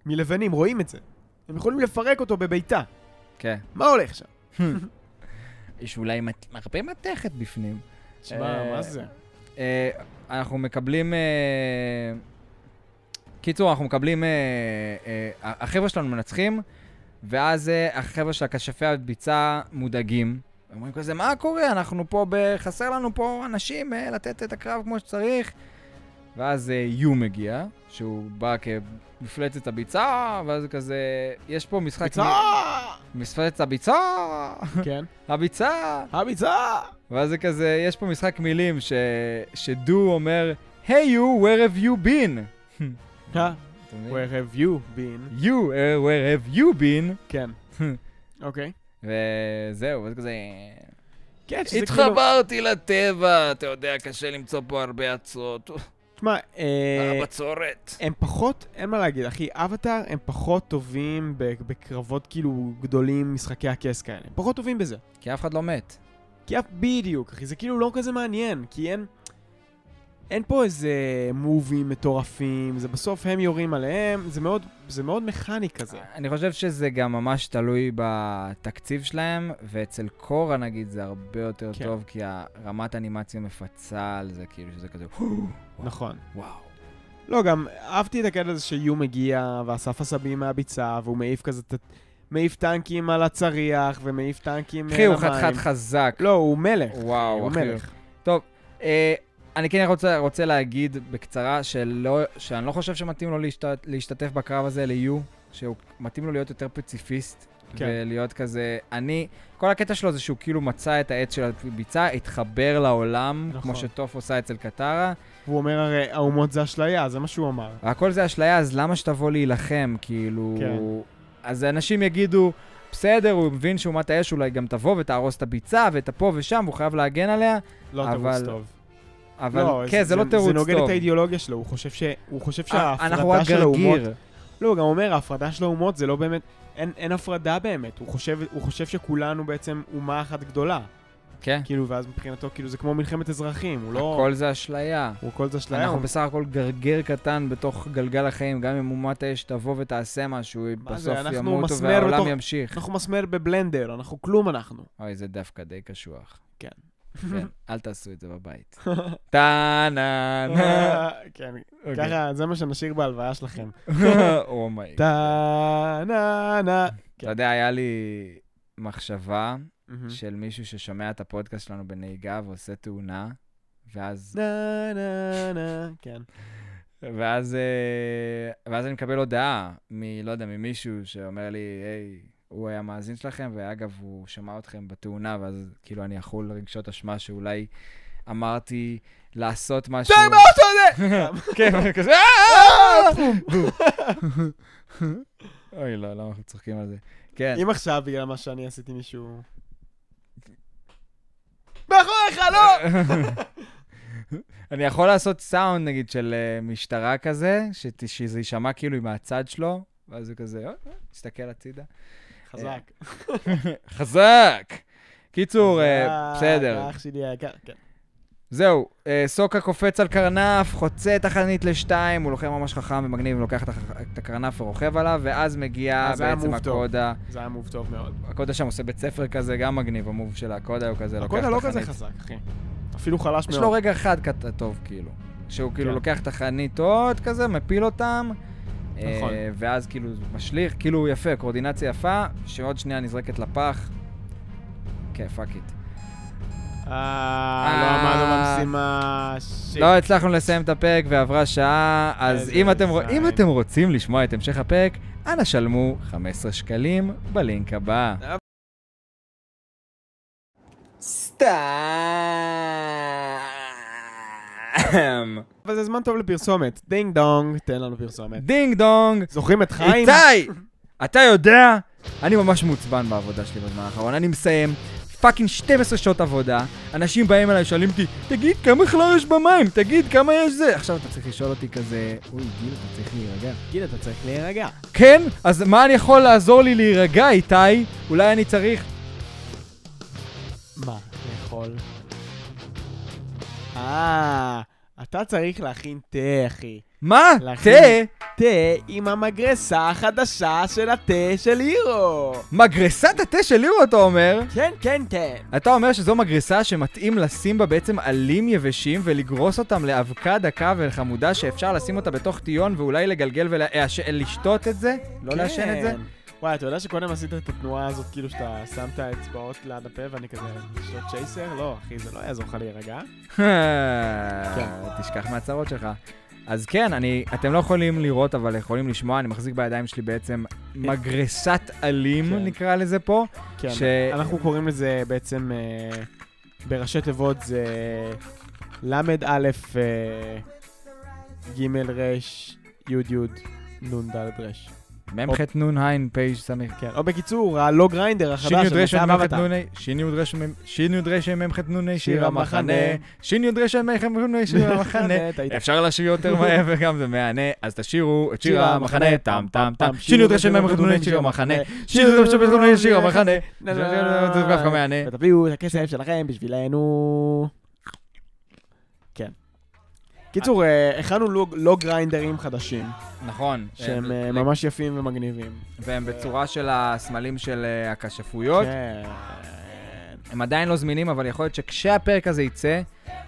מלבנים, רואים את זה. הם יכולים לפרק אותו בביתה. כן. מה הולך שם? יש אולי מת... הרבה מתכת בפנים. תשמע, מה זה? אה, אנחנו מקבלים... אה... קיצור, אנחנו מקבלים... אה, אה, החבר'ה שלנו מנצחים, ואז אה, החבר'ה של הכשפי הביצה מודאגים, אומרים כזה, מה קורה? אנחנו פה, ב... חסר לנו פה אנשים אה, לתת את הקרב כמו שצריך. ואז אה, יו מגיע, שהוא בא כמפלצת הביצה, ואז הוא כזה, יש פה משחק... ביצה! מ- מפלצת הביצה! כן. הביצה! הביצה! ואז זה כזה, יש פה משחק מילים ש... שדו אומר, היי יו, where have you been? אה, אתם מבינים? where have you been? you, uh, where have you been? כן. אוקיי. וזהו, ואז כזה... כן, שזה כאילו... התחברתי לטבע, אתה יודע, קשה למצוא פה הרבה אצות. תשמע, אה, הבצורת. הם פחות, אין מה להגיד, אחי, אבטאר הם פחות טובים ב- בקרבות כאילו גדולים, משחקי הכס כאלה. הם פחות טובים בזה. כי אף אחד לא מת. כי אף בדיוק, אחי, זה כאילו לא כזה מעניין, כי אין... אין פה איזה מובים מטורפים, זה בסוף הם יורים עליהם, זה מאוד, זה מאוד מכני כזה. אני חושב שזה גם ממש תלוי בתקציב שלהם, ואצל קורה נגיד זה הרבה יותר כן. טוב, כי הרמת אנימציה מפצה על זה, כאילו שזה כזה... (gasps) נכון. וואו. לא, גם אהבתי את הקטע הזה שיו מגיע, ואסף עשבים מהביצה, והוא מעיף כזה, ת- מעיף טנקים על הצריח, ומעיף טנקים על אחי, המים. הוא חתיכת חזק. לא, הוא מלך. וואו, הוא אחי. מלך. אה, אני כן רוצה, רוצה להגיד בקצרה שלא, שאני לא חושב שמתאים לו להשת, להשתתף בקרב הזה ליו, שמתאים לו להיות יותר פציפיסט. כן. כן. ולהיות כזה, אני, כל הקטע שלו זה שהוא כאילו מצא את העץ של הביצה, התחבר לעולם, נכון. נכון. כמו שטוף עושה אצל קטרה, הוא אומר הרי, האומות זה אשליה, זה מה שהוא אמר. והכל זה אשליה, אז למה שתבוא להילחם? כאילו... כן. כן. אז אנשים יגידו, בסדר, הוא מבין שאומת האש אולי גם תבוא ותהרוס את הביצה ואת הפה ושם, הוא חייב להגן עליה, לא אבל- תירוץ טוב. אבל כן, זה, לא תירוץ טוב. אה, זה נוגד את האידיאולוגיה שלו, הוא חושב ש- הוא חושב אנחנו רק שההפרדה של האומות... גרגיר. לא, הוא גם אומר, ההפרדה של האומות זה לא באמת... אין, אין הפרדה באמת, הוא חושב, הוא חושב שכולנו בעצם אומה אחת גדולה. כן. כאילו, ואז מבחינתו, כאילו, זה כמו מלחמת אזרחים, הוא לא... הכל זה אשליה. הוא כל זה אשליה. אנחנו הוא- בסך הכל גרגר קטן בתוך גלגל החיים, גם אם אומת האש תבוא ותעשה משהו, היא מה זה, בסוף אנחנו ימותו מסמר והעולם בתוך- נכון. ימשיך. אנחנו מסמר בבלנדר, אנחנו כלום אנחנו. אוי, זה דווקא די קשוח. כן. (laughs) כן, אל תעשו את זה בבית. טה נה (laughs) נה. אה, כן, אוקיי. ככה, זה מה שנשאיר בהלוויה שלכם. (laughs) אומייג. טה נה נה. Oh אתה יודע, היה לי מחשבה מהמם. של מישהו ששומע את הפודקאסט שלנו בנהיגה ועושה תאונה, ואז נה נה נה. כן. ואז, אה, ואז אני מקבל הודעה מ... לא יודע, ממישהו שאומר לי, היי, הוא היה מאזין שלכם, ואגב, הוא שמע אתכם בתאונה, ואז כאילו אני יכול רגשות אשמה שאולי אמרתי לעשות משהו. די, מה אתה יודע? כן, ואני כזה, "אה, בום, בום." אוי, לא, למה אנחנו צוחקים על זה? כן. אם עכשיו, בגלל מה שאני עשיתי מישהו... אני יכול לעשות סאונד, נגיד, של אה, משטרה כזה, שת- שזה יישמע כאילו מהצד שלו, ואז הוא כזה, "אה, אה", מסתכל הצידה. חזק. חזק! קיצור, אה, חזק, בסדר. אח שלי היקר, כן. זהו, אה, סוקה קופץ על קרנף, חוצה את החנית לשתיים, הוא לוחם ממש חכם ומגניב, לוקח את הח- את הקרנף ורוכב עליו, ואז מגיע אז זה היה בעצם מוב טוב. הקודה. זה היה מוב טוב מאוד. הקודה שם עושה בית ספר כזה, גם מגניב, המוב של הקודה הוא כזה, לוקח את הקודה לא כזה החנית. חזק, אחי. אפילו חלש יש לו מאוד. רגע אחד קט- טוב, כאילו. שהוא כאילו לא. כן. לוקח את החניתות כזה, מפיל אותם. נכון. אה, ואז כאילו משליך, כאילו יפה, קואורדינציה יפה, שעוד שנייה נזרקת לפח. כן, פאק איט. אה, לא עמדנו אה. במשימה. שיט. לא הצלחנו לסיים את הפרק ועברה שעה, אז איזה אם אתם, רוא- זין. אם אתם רוצים לשמוע את המשך הפרק, אנא שלמו 15 שקלים בלינק הבא. סתם. אבל זה זמן טוב לפרסומת. דינג דונג, תן לנו פרסומת. דינג דונג, זוכרים את חיים? איתי, אתה יודע, אני ממש מעוצבן בעבודה שלי בזמן האחרון, אני מסיים. פאקינג 12 שעות עבודה, אנשים באים אליי, שואלים אותי, תגיד, כמה חלב יש במים? תגיד, כמה יש זה? עכשיו אתה צריך לשאול אותי כזה, אוי, גיל, אתה צריך להירגע. גיל, אתה צריך להירגע. כן? אז מה אני יכול לעזור לי להירגע, איתי? אולי אני צריך... מה, לאכול? אה, אתה צריך להכין תה, אחי. מה? תה? להכין. תה עם המגרסה החדשה של התה של הירו. מגרסת התה של לירו, אתה אומר? כן, כן, כן. אתה אומר שזו מגרסה שמתאים לשים בה בעצם עלים יבשים ולגרוס אותם לאבקה דקה אה, וחמודה שאפשר לשים אותה בתוך טיון ואולי לגלגל ולשתות את זה? לא לעשן את זה? כן. וואי, אתה יודע שקודם עשית את התנועה הזאת, כאילו שאתה שם את האצבעות ליד הפה ואני כזה לשתות צ'ייסר? לא, אחי, זה לא יעזור לך להירגע. כן. (laughs) תשכח מהצרות שלך. אז כן, אני, אתם לא יכולים לראות, אבל יכולים לשמוע, אני מחזיק בידיים שלי בעצם מגרסת עלים, כן. נקרא לזה פה. כן, ש- אנחנו קוראים לזה בעצם, אה, בראשי תיבות זה ל"א אה, ג' ר' י' י' נ' ד' ר'. מ"ח נון עין פ' סמיך. כן, או בקיצור, הלא גריינדר החדש, שיניוד של רשם נדב מ"ח עטר. נוני, שיניוד רשם מ- שיניוד רשם מ"ח נוני שיר שיר המחנה, המחנה. שיניוד רשם מ"ח נוני שיר (laughs) המחנה. טעית. אפשר לשיר יותר מהר (laughs) וגם זה מהנה, אז תשאירו את שיר שיר המחנה, המחנה, טם טם טם, טם, טם, שיניוד שיר רשם רשם מ"ח נוני נוני, שיר שיר המחנה, המחנה. שיניוד רשם מ"ח נוני שיר שיר המחנה. נה, (laughs) זה נה, זה- זה כל כך מהנה. ותביאו את הכסף שלכם בשבילנו. כן. קיצור, אה, הכנו לוג- לא גריינדרים חדשים, נכון. שהם אה, הם- ממש יפים ומגניבים. והם בצורה של הסמלים של אה, הכשפויות. כן. הם עדיין לא זמינים, אבל יכול להיות שכשהפרק הזה יצא,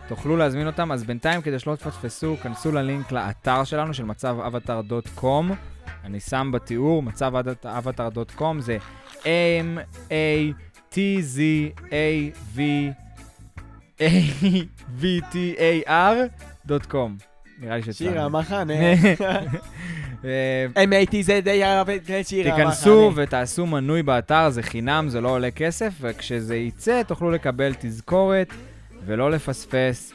תוכלו להזמין אותם. אז בינתיים, כדי שלא תפספסו, כנסו ללינק לאתר שלנו, של מצב avatar.com. אני שם בתיאור, מצב avatar.com זה m-a-t-z-a-v-a-v-t-a-r.com. נראה לי שצריך. שיר המחנה. (laughs) (laughs) אה, M-A-T-Z-A-R-A-V-T, שיר המחנה. תיכנסו ותעשו מנוי באתר, זה חינם, זה לא עולה כסף, וכשזה יצא תוכלו לקבל תזכורת ולא לפספס.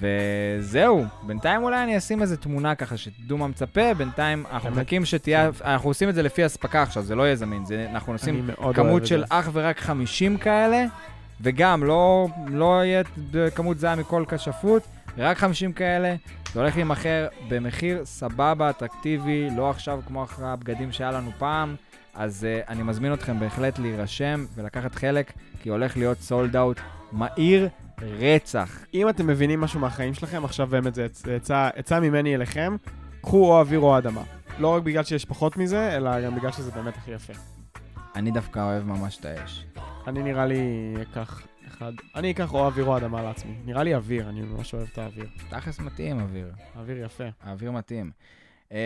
וזהו, בינתיים אולי אני אשים איזה תמונה ככה שתדעו מה מצפה, בינתיים אנחנו באמת? מחכים שתהיה, אנחנו עושים את זה לפי אספקה עכשיו, זה לא יהיה זמין, זה, אנחנו אני עושים מאוד אוהב כמות את של זה. אך ורק 50 כאלה, וגם לא, לא יהיה כמות זהה מכל כשפות, רק 50 כאלה, זה הולך להימכר במחיר סבבה, אטרקטיבי, לא עכשיו כמו אחרי הבגדים שהיה לנו פעם, אז uh, אני מזמין אתכם בהחלט להירשם ולקחת חלק, כי הולך להיות סולד אאוט מהיר רצח. אם אתם מבינים משהו מהחיים שלכם, עכשיו באמת זה עצ- עצה- עצה ממני אליכם, קחו או אוויר או אדמה. לא רק בגלל שיש פחות מזה, אלא גם בגלל שזה באמת הכי יפה. אני דווקא אוהב ממש את האש. אני נראה לי אקח אחד. אני אקח או אוויר או אדמה לעצמי. נראה לי אוויר, אני ממש אוהב את האוויר. תכלס מתאים, אוויר. האוויר יפה. האוויר מתאים. אמ,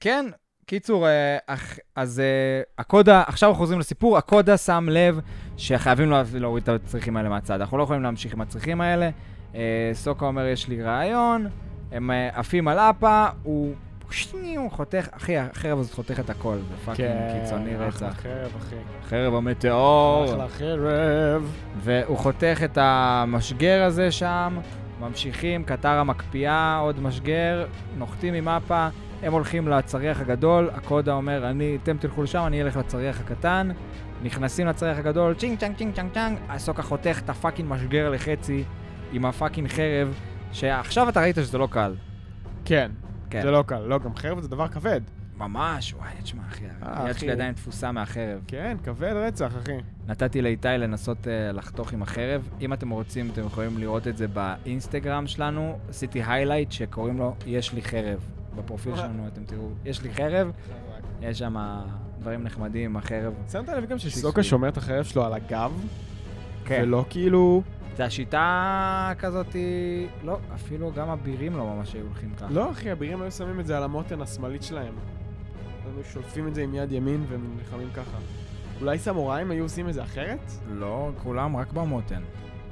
כן, קיצור, אה, אך- אז אה, הקודה, עכשיו אנחנו חוזרים לסיפור, הקודה שם לב שחייבים לה- להוריד את הצריכים האלה מהצד. אנחנו לא יכולים להמשיך עם הצריכים האלה. אה, סוקה אומר, יש לי רעיון, הם אה, עפים על אפה, הוא... שני, הוא חותך, אחי, החרב הזאת חותכת הכל, זה פאקינג קיצוני אחלה רצח. חרב, אחי. כן, חרב המטאור. אחלה חרב. והוא חותך את המשגר הזה שם, ממשיכים, קטר המקפיאה, עוד משגר, נוחתים ממפה, הם הולכים לצריח הגדול, הקודה אומר, אני, אתם תלכו לשם, אני אלך לצריח הקטן, נכנסים לצריח הגדול, צ'ינג צ'אנג צ'ינג צ'אנג צ'אנג, הסוקה חותך את הפאקינג משגר לחצי עם הפאקינג חרב, שעכשיו אתה ראית שזה לא קל. כן, כן. זה לא קל. לא, גם חרב זה דבר כבד. ממש, וואי, תשמע אחי, אה, היד אחי. שלי עדיין תפוסה מהחרב. כן, כבד רצח, אחי. נתתי לאיתי לנסות uh, לחתוך עם החרב. אם אתם רוצים, אתם יכולים לראות את זה באינסטגרם שלנו. עשיתי היילייט שקוראים לו יש לי חרב. בפרופיל שלנו אתם תראו, יש לי חרב, יש שם דברים נחמדים עם החרב. שמת לב גם שיסוי. שסוקה שומר את החרב שלו על הגב, כן. ולא כאילו... זה השיטה כזאת, היא- לא, אפילו גם אבירים לא ממש היו הולכים ככה. לא, אחי, הבירים היו שמים את זה על המותן השמאלית שלהם. הם היו שולפים את זה עם יד ימין והם נלחמים ככה. אולי סמוראים היו עושים את זה אחרת? לא, כולם רק במותן.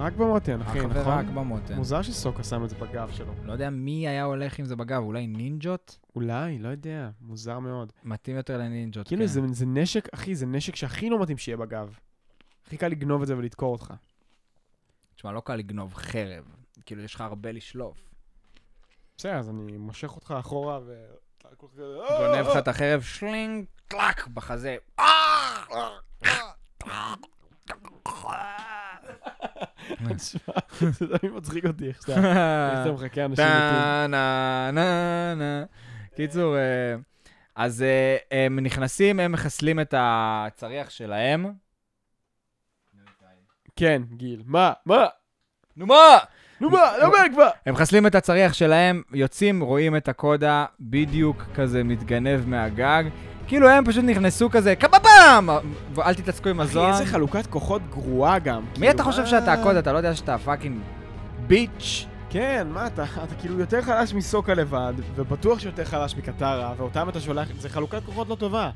רק במותן, אחי, אך נכון? ורק במותן. מוזר שסוקה שם את זה בגב שלו. לא יודע מי היה הולך עם זה בגב, אולי נינג'ות? אולי, לא יודע, מוזר מאוד. מתאים יותר לנינג'ות, כאילו כן. זה, זה נשק, אחי, זה נשק שהכי לא מתאים שיהיה בגב. הכי קל לגנוב את זה ולדקור אותך. תשמע, לא קל לגנוב חרב. כאילו, יש לך הרבה לשלוף. בסדר, אז אני מושך אותך אחורה ו... אתה כל כך כזה, "אה, גונב אה, לך את החרב, שלינג, טלאק, בחזה. אה." כן. (laughs) תשמע, זה תמיד מצחיק אותי איך (laughs) שאתה... איך שאתה מחכה אנשים מתים. טה נה נה נה. קיצור, אה, אז אה, הם נכנסים, הם מחסלים את הצריח שלהם. כן, גיל. מה? מה? נו מה? נו מה? (laughs) דבר כבר! הם מחסלים את הצריח שלהם, יוצאים, רואים את הקודה בדיוק כזה מתגנב מהגג. כאילו הם פשוט נכנסו כזה, קבבם! אל תתעסקו עם אחי, הזוהר. איזה חלוקת כוחות גרועה גם. מי כאילו, אתה חושב מה? שאתה הקוד? אתה לא יודע שאתה פאקינג ביץ'. כן, מה אתה? (laughs) אתה כאילו יותר חלש מסוקה לבד, ובטוח שיותר חלש מקטרה, ואותם אתה שולח... זה חלוקת כוחות לא טובה.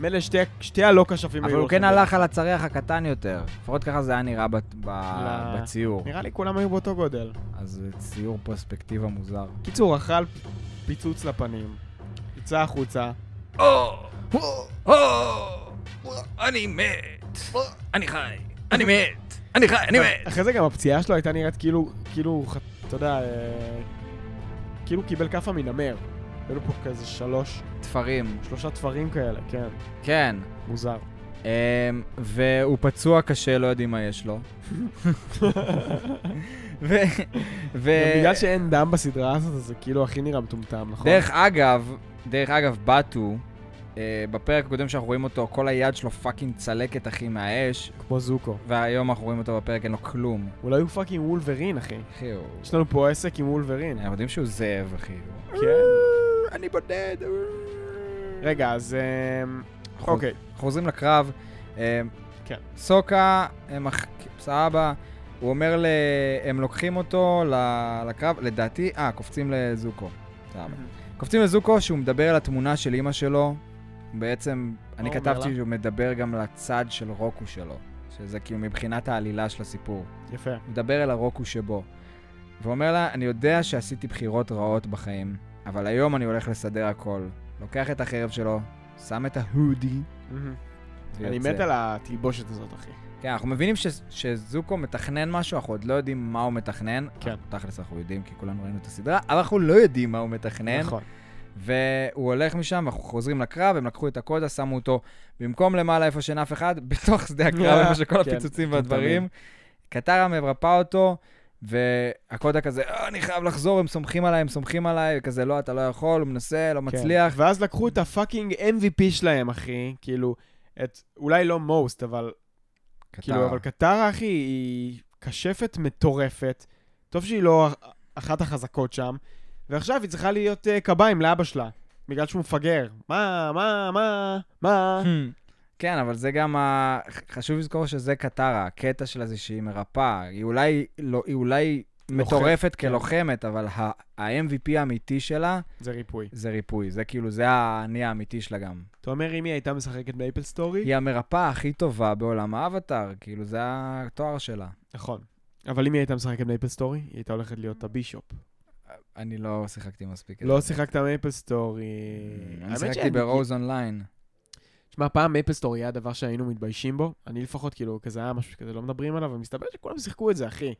מילא שתי- שתי הלא כשפים אבל היו הוא כן הולכים. הלך על הצריח הקטן יותר. לפחות ככה זה היה נראה בת- ב- לא. בציור. נראה לי כולם היו באותו גודל. אז זה ציור פרספקטיבה מוזר. קיצור, אכל פיצוץ לפנים, יצא החוצה, אני מת. אני חי. אני מת. אני חי. אני אחרי זה גם הפציעה שלו הייתה נראית כאילו, כאילו, הוא ח- אתה יודע, אה, כאילו הוא קיבל כאפה מנמר. היו לו פה כזה שלוש, (laughs) תפרים. שלושה תפרים כאלה, כן, כן. מוזר. אמ, והוא פצוע קשה, לא יודעים מה (laughs) יש לו. ו... ו... גם בגלל שאין דם בסדרה הזאת, אז זה כאילו הכי נראה מטומטם, נכון? דרך אגב, דרך אגב, באטו, אה, בפרק הקודם שאנחנו רואים אותו, כל היד שלו פאקינג צלקת, אחי, מהאש, כמו זוקו. והיום אנחנו רואים אותו בפרק, אין לו כלום. אולי הוא פאקינג וולברין, אחי. אחי, הוא... יש לנו פה עסק עם וולברין. אנחנו יודעים שהוא זאב, אחי. אה, כן. אני בודד. רגע, אז... אמ, נכון. אוקיי. אנחנו חוזרים לקרב. אה, כן. סוקה, הם אח- סבא, הוא אומר, ל... הם לוקחים אותו ל- לקרב, לדעתי, אה, קופצים לזוקו. סבא. קופצים לזוקו שהוא מדבר על התמונה של אימא שלו. בעצם, אני אומר כתבתי לה? שהוא מדבר גם לצד של רוקו שלו. שזה כאילו מבחינת העלילה של הסיפור. יפה. הוא מדבר אל הרוקו שבו. ואומר לה, אני יודע שעשיתי בחירות רעות בחיים, אבל היום אני הולך לסדר הכל. לוקח את החרב שלו, שם את ההודי, מהמם. ויוצא. אני מת על התלבושת הזאת, אחי. כן, אנחנו מבינים ש... שזוקו מתכנן משהו, אנחנו עוד לא יודעים מה הוא מתכנן. כן. אנחנו- תכלס אנחנו יודעים, כי כולנו ראינו את הסדרה, אבל אנחנו לא יודעים מה הוא מתכנן. נכון. והוא הולך משם, אנחנו חוזרים לקרב, הם לקחו את הקודה, שמו אותו במקום למעלה איפה שאין אף אחד, (laughs) בתוך שדה הקרב, איפה שכל כן, הפיצוצים מטומטמים. והדברים. קטרה מרפא אותו, והקודה כזה, "אה, אני חייב לחזור, הם סומכים עליי, הם סומכים עליי, כזה, לא, אתה לא יכול, הוא מנסה, לא מצליח. כן. ואז לקחו את הפאקינג MVP שלהם, אחי. כאילו, את... אולי לא מוסט, אבל... קטרה. כאילו, (clears throat) אבל קטרה, אחי, היא כשפת מטורפת. טוב שהיא לא אח- אחת החזקות שם. ועכשיו היא צריכה להיות אה, קביים לאבא שלה. בגלל שהוא מפגר. מה, מה, מה, (laughs) מה? כן, אבל זה גם ה... חשוב לזכור שזה קטרה, הקטע שלה זה שהיא מרפאה. היא אולי, לא, היא אולי לוחמת, מטורפת כן. כלוחמת, אבל ה- ה-MVP האמיתי שלה זה ריפוי. זה ריפוי. זה כאילו, זה האני האמיתי שלה גם. אתה אומר, אם היא הייתה משחקת מייפל סטורי? היא המרפאה הכי טובה בעולם האבטאר, כאילו, זה התואר שלה. נכון. אבל אם היא הייתה משחקת מייפל סטורי, היא הייתה הולכת להיות הבישופ. אני לא שיחקתי מספיק. את לא זה. שיחקת מייפל סטורי. אה, אני האמת שיחקתי שאני- ברוז אונליין. שמע, פעם מייפל סטורי היה דבר שהיינו מתביישים בו. אני לפחות, כאילו, כזה היה משהו שכזה לא מדברים עליו, ומסתבר שכולם שיחקו את זה, אחי.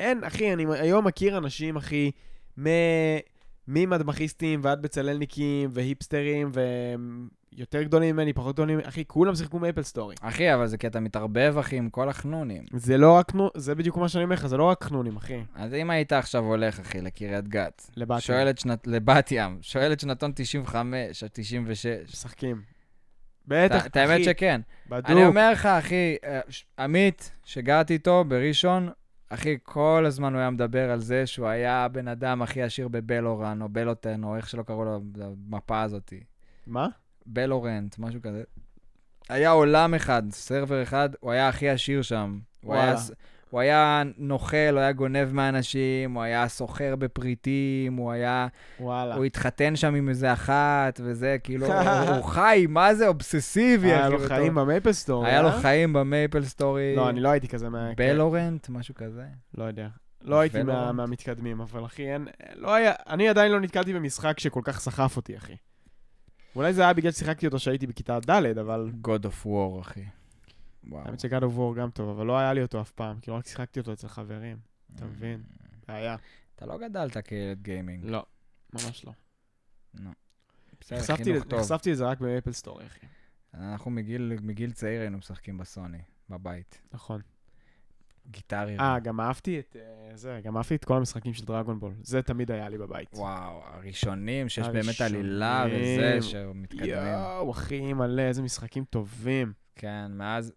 אין, אחי, אני היום מכיר אנשים, אחי, מ... ממדמכיסטים ועד בצללניקים והיפסטרים ויותר גדולים ממני, פחות גדולים ממני, אחי, כולם שיחקו מייפל סטורי. אחי, אבל זה כי אתה מתערבב, אחי, עם כל החנונים. זה לא רק, נו- זה בדיוק מה שאני אומר לך, זה לא רק חנונים, אחי. אז אם היית עכשיו הולך, אחי, לקריית גת, לבטים. שואל את שנת... לבת ים, שואל את שנתון 95 עד 96. משחקים. בטח, את האמת אחי, שכן. בדוק. אני אומר לך, אחי, אה, ש- עמית, שגרתי איתו בראשון, אחי, כל הזמן הוא היה מדבר על זה שהוא היה הבן אדם הכי עשיר בבלורן, או בלוטן, או איך שלא קראו לו למפה הזאת. מה? בלורנט, משהו כזה. היה עולם אחד, סרבר אחד, הוא היה הכי עשיר שם. הוא היה, וואלה. הוא היה נוכל, הוא היה גונב מאנשים, הוא היה סוחר בפריטים, הוא היה... וואלה. הוא התחתן שם עם איזה אחת, וזה, (laughs) כאילו, הוא- הוא חי, מה זה אובססיבי, אחי. היה לו בתור- אה, חיים במייפל סטור. היה לו חיים במייפל סטורי. לא, אני לא הייתי כזה מה... בלורנט, משהו כזה. לא יודע. לא הייתי ולא מה- ראיתי. מהמתקדמים, אבל אחי, אין... לא היה... אני עדיין לא נתקלתי במשחק שכל כך סחף אותי, אחי. אולי זה היה בגלל ששיחקתי אותו שהייתי בכיתה ד', אבל... God of War, אחי. וואו. האמת שגד אוף וור גם טוב, אבל לא היה לי אותו אף פעם, כאילו רק שיחקתי אותו אצל חברים, אתה מבין? בעיה. אתה לא גדלת כילד גיימינג. לא, כן, ממש לא. בסדר, נחשפתי חינוך לזה- טוב. נחשפתי לזה רק במייפל סטורי, אחי. אנחנו מגיל, מגיל צעיר היינו משחקים בסוני, בבית. נכון. גיטריה. אה, גם אהבתי את... אה, זה, גם אהבתי את כל המשחקים של דרגון בול. זה תמיד היה לי בבית. וואו, הראשונים שיש באמת עלילה הראשונים. וזה, שמתקדמים. יואו, אחי, מלא, איזה משחקים טובים. כן, מאז...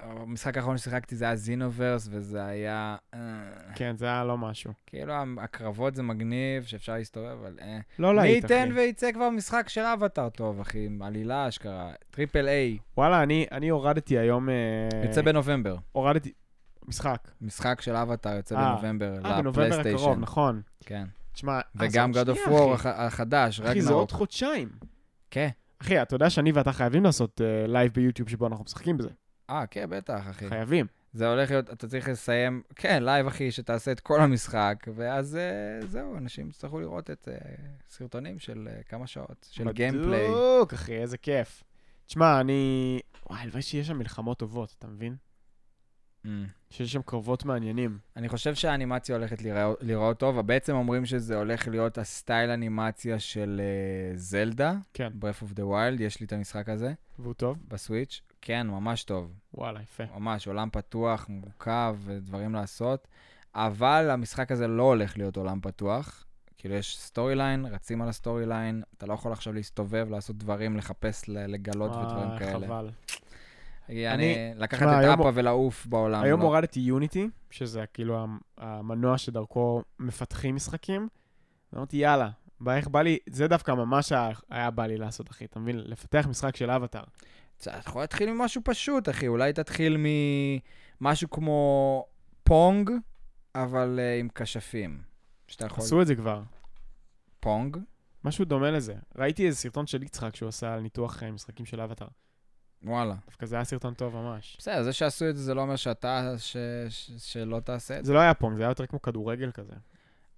המשחק האחרון ששיחקתי זה היה זינוברס, וזה היה... אה, כן, זה היה לא משהו. כאילו, הקרבות זה מגניב, שאפשר להסתובב, אבל אה. לא מי להיט, אחי. ייתן וייצא כבר משחק של אבטאר טוב, אחי, עם עלילה אשכרה. טריפל איי, וואלה, אני, אני הורדתי היום... אה, יוצא בנובמבר. הורדתי... משחק. משחק של אבטאר יוצא אה. בנובמבר אה, בנובמבר הקרוב, לפלייסטיישן. נכון. כן. תשמע... אה, זה וגם עוד God of שנייה, War אחי. הח- החדש, אחי, זה עוד רגנרוק. חודשיים. כן. אחי, אתה יודע שאני ואתה חייבים לעשות אה, לייב ביוטיוב שבו אנחנו משחקים בזה. אה, כן, בטח, אחי. חייבים. זה הולך להיות, אתה צריך לסיים, כן, לייב, אחי, שתעשה את כל המשחק, ואז אה, זהו, אנשים יצטרכו לראות את אה, סרטונים של אה, כמה שעות, של גיימפליי. בדיוק, אחי, איזה כיף. תשמע, אני... וואי, הלוואי שיהיה שם מלחמות טובות, אתה מבין? Mm. שיש שם קרבות מעניינים. אני חושב שהאנימציה הולכת להיראות- להיראות טוב, אבל בעצם אומרים שזה הולך להיות הסטייל אנימציה של אה, זלדה, כן. Breath of the Wild, יש לי את המשחק הזה, והוא טוב? בסוויץ'. כן, ממש טוב. וואלה, יפה. ממש, עולם פתוח, מורכב, דברים לעשות. אבל המשחק הזה לא הולך להיות עולם פתוח. כאילו, יש סטורי ליין, רצים על הסטורי ליין, אתה לא יכול עכשיו להסתובב, לעשות דברים, לחפש, ל- לגלות ודברים אה, כאלה. חבל. אני... לקחת תשמע, את היום- אפה ולעוף בעולם. היום לא- הורדתי יוניטי, שזה כאילו המ- המנוע שדרכו מפתחים משחקים. אמרתי, יאללה, בא איך בא לי, זה דווקא ממש היה- היה בא לי לעשות, אחי, אתה מבין? לפתח משחק של אבטאר. אתה יכול להתחיל ממשהו פשוט, אחי. אולי תתחיל ממשהו כמו פונג, אבל אה, עם כשפים. שאתה יכול... עשו את זה כבר. פונג? משהו דומה לזה. ראיתי איזה סרטון של יצחק שהוא עשה על ניתוח אה, משחקים של אבטאר. וואלה. דווקא זה היה סרטון טוב ממש. בסדר, זה שעשו את זה, זה לא אומר שאתה, ש... ש... שלא תעשה את זה. זה לא היה פונג, זה היה יותר כמו כדורגל כזה.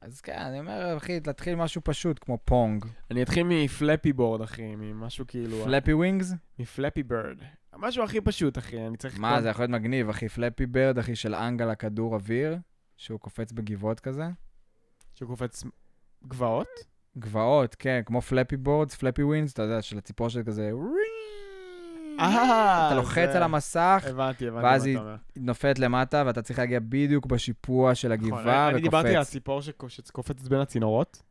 אז כן, אני אומר, אחי, להתחיל משהו פשוט, כמו פונג. אני אתחיל מפלאפי בורד, אחי, ממשהו כאילו... פלאפי ווינגס? מפלאפי בירד. משהו הכי פשוט, אחי, אני צריך... מה, לכתוב- זה יכול להיות מגניב, אחי. פלאפי ברד, אחי, של אנג על הכדור אוויר, שהוא קופץ בגבעות כזה. שהוא קופץ גבעות? גבעות, כן, כמו פלאפי בורדס, פלאפי ווינגס, אתה יודע, של הציפור של כזה... אה, אתה לוחץ זה- על המסך, הבנתי, הבנתי מה ואז אתה היא אומר. היא נופלת למטה, ואתה צריך להגיע בדיוק בשיפוע של הגבעה נכון, וקופץ. אני דיברתי על הציפור שקו- שקופצת בין הצינורות.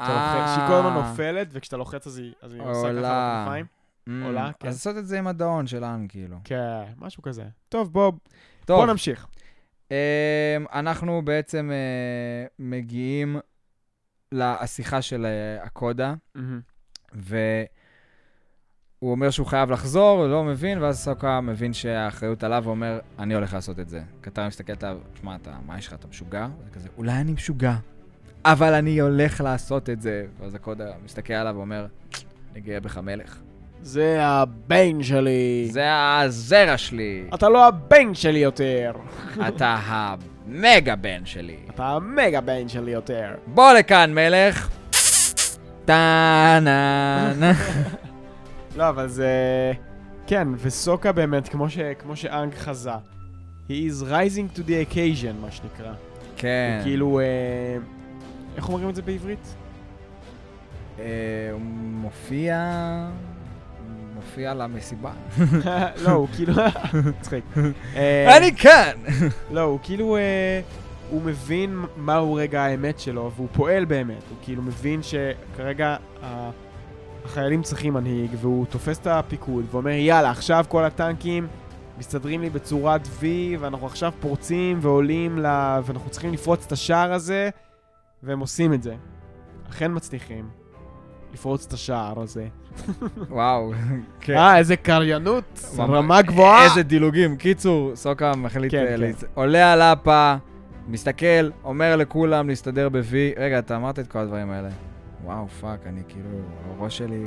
שאתה אה. לוחץ- שהיא כל הזמן נופלת, וכשאתה לוחץ אז היא אז היא עושה ככה על עולה. הכנפיים. Mm, עולה, כן. אז לעשות את זה עם הדאון של אנג, כאילו. כן, משהו כזה. טוב, בוא, טוב, בוא נמשיך. אמ, אנחנו בעצם אה, מגיעים לשיחה של אה, הקודה, מהמם. והוא אומר שהוא חייב לחזור, הוא לא מבין, ואז סוקה מבין שהאחריות עליו ואומר, אני הולך לעשות את זה. קטרה מסתכלת עליו, תשמע, אתה, מה יש לך, אתה משוגע? וזה כזה, אולי אני משוגע, אבל אני הולך לעשות את זה. ואז הקודה מסתכל עליו ואומר, אני גאה בך מלך. זה הבן שלי. זה (laughs) הזרע שלי, אתה לא הבן שלי יותר. אתה המגה בן שלי. אתה המגה בן שלי יותר. בוא לכאן, מלך. טה-נה-נה. לא, אבל זה... כן, וסוקה באמת, כמו ש- כמו שאנג חזה. He is rising to the occasion, מה שנקרא. כן. הוא כאילו... אה, איך אומרים את זה בעברית? אה, הוא מופיע... הוא מופיע למסיבה. (laughs) לא, הוא כאילו... מצחיק. אה, אני כאן! לא, הוא כאילו... אה, הוא מבין מהו רגע האמת שלו, והוא פועל באמת. הוא כאילו מבין שכרגע ה- החיילים צריכים מנהיג, והוא תופס את הפיקוד ואומר, יאללה, עכשיו כל הטנקים מסתדרים לי בצורת V, ואנחנו עכשיו פורצים ועולים ל... ואנחנו צריכים לפרוץ את השער הזה, והם עושים את זה. אכן מצליחים לפרוץ את השער הזה. וואו, (laughs) כן. אה, איזה קריינות, ממש- רמה גבוהה. איזה דילוגים. קיצור, סוקה מחליט... אה, כן, אה, כן. להצ- עולה על אפה, מסתכל, אומר לכולם להסתדר ב-V. רגע, אתה אמרת את כל הדברים האלה. וואו, פאק, אני כאילו... הראש שלי...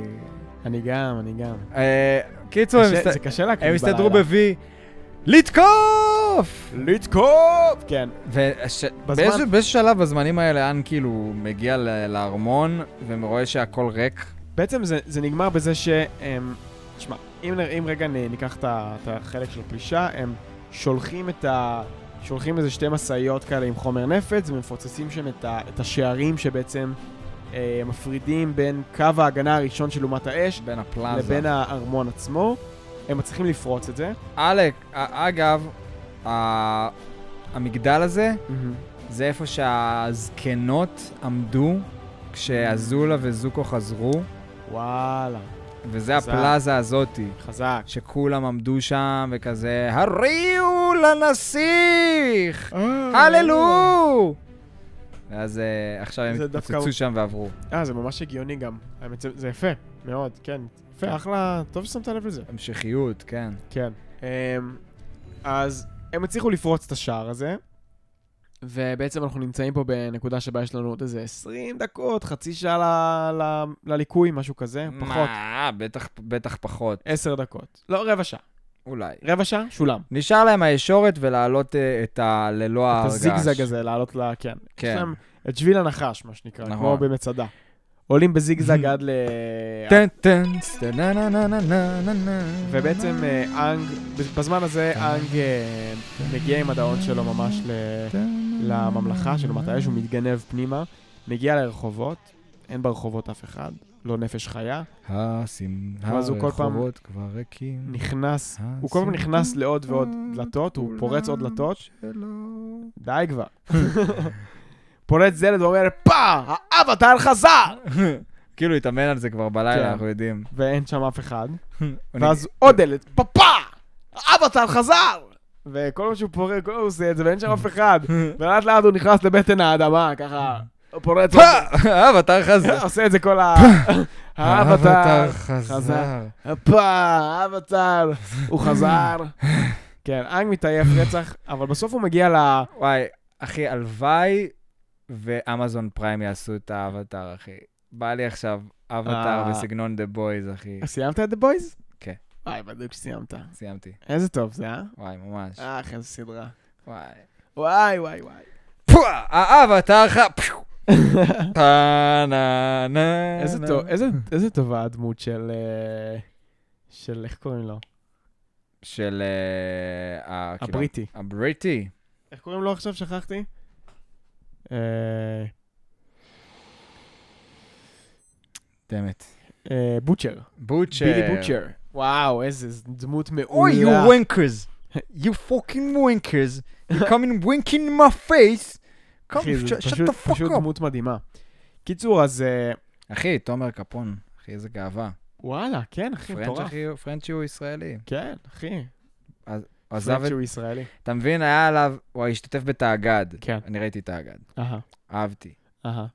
אני גם, אני גם. אה, קיצור, הם קשה- הסת- זה קשה להקליט הם הסתדרו בלילה. ב-V. לתקוף! לתקוף! כן. וש... בזמן. באיזה, באיזה שלב בזמנים האלה אן כאילו מגיע ל- לארמון ורואה שהכל ריק? בעצם זה, זה נגמר בזה שהם... תשמע, אם, נ- אם רגע נ- ניקח את ה- את החלק של הפלישה, הם שולחים את ה... שולחים איזה שתי משאיות כאלה עם חומר נפץ ומפוצצים שם את, ה, את השערים שבעצם אה, מפרידים בין קו ההגנה הראשון של אומת האש בין הפלאזה. לבין הארמון עצמו. הם מצליחים לפרוץ את זה. עלק, א- אגב, ה... המגדל הזה זה איפה שהזקנות עמדו כשאזולה וזוקו חזרו, וואלה, וזה חזק. הפלאזה הזאתי. חזק. שכולם עמדו שם וכזה, הריעו לנסיך! הללו! ואז אה, עכשיו הם זה דווקא- התפוצצו שם ועברו. אה, זה ממש הגיוני גם. האמת, זה, זה יפה, מאוד, כן. יפה, אחלה, טוב ששמת לב לזה. המשכיות, כן. כן. אמ, אז הם הצליחו לפרוץ את השער הזה, ובעצם אנחנו נמצאים פה בנקודה שבה יש לנו עוד איזה 20 דקות, חצי שעה ל- ל- לליקוי, משהו כזה, פחות. מה, בטח, בטח פחות, 10 דקות. לא, רבע שעה. אולי. רבע שעה, שולם. נשאר להם הישורת ולהעלות אה, את ה... ללא את ההרגש. הזיגזג הזה, לעלות ל... כן. יש כן. להם את שביל הנחש, מה שנקרא, נכון. כמו במצדה. עולים (laughs) בזיגזג עד ל... טן טן, סטנה נה נה נה נה נה נה. ובעצם אה, אנג, בזמן הזה אנג אה, מגיע עם הדאון שלו ממש ל- לממלכה של מטעי, שהוא מתגנב פנימה, מגיע לרחובות, אין ברחובות אף אחד, לא נפש חיה, הסים... ואז הוא כל פעם- הרחובות כבר ריקים. נכנס, הוא כל פעם נכנס לעוד ועוד דלתות, הוא פורץ עוד דלתות, שלו. די כבר. (laughs) פורץ דלת ואומר, פא, האבטר חזר! כאילו, התאמן על זה כבר כן. בלילה, אנחנו יודעים. ואין שם אף אחד, אני- ואז עוד דלת, פאפה! האבטר חזר! וכל מה שהוא פורר, כל מה הוא עושה את זה, ואין שם אף אחד. ולאט לאט הוא נכנס לבטן האדמה, ככה, הוא פורץ, עוד- (laughs) פא! האבטר (laughs) חזר. עושה את זה כל ה... אה! האבטר, חזר. פא, האבטר, הוא חזר. כן, אנג מתעייף רצח, אבל בסוף הוא מגיע ל... וואי, אחי, הלוואי ואמזון פריים יעשו את האבטר, אחי. בא לי עכשיו אבטר אה. בסגנון דה בויז, (laughs) אחי. סיימת את The Boys? כן. וואי, בדיוק שסיימת. סיימתי. איזה טוב זה, אה? וואי, ממש. אך, איזה סדרה. וואי. וואי, וואי, (laughs) וואי. פווה! האבטר ח... טה נה נה איזה נה. טוב- איזה- איזה טובה הדמות של... אה, של איך קוראים לו? של... אה, ה- כאילו, הבריטי. הבריטי. איך קוראים לו עכשיו? שכחתי. אה, דמת. אה, בוטשר. בוטשר. בילי בוטשר. וואו, איזה דמות אוי, you מעולה. wankers. You fucking wankers. (laughs) You come and winking in my face. Come, אחי, זה sh- shut פשוט- the fuck פשוט up. דמות מדהימה. קיצור, אז... אה, אחי, תומר קפון. אחי, איזה גאווה. וואלה, כן, אחי, פרנץ' מטורף. אחי, הוא- פרנץ' הוא ישראלי. כן, אחי. הוא עזב פרנץ' את... שהוא ישראלי. אתה מבין, היה עליו... הוא השתתף בתאגד. כן. אני ראיתי תאגד. אהה, אהבתי. אהה.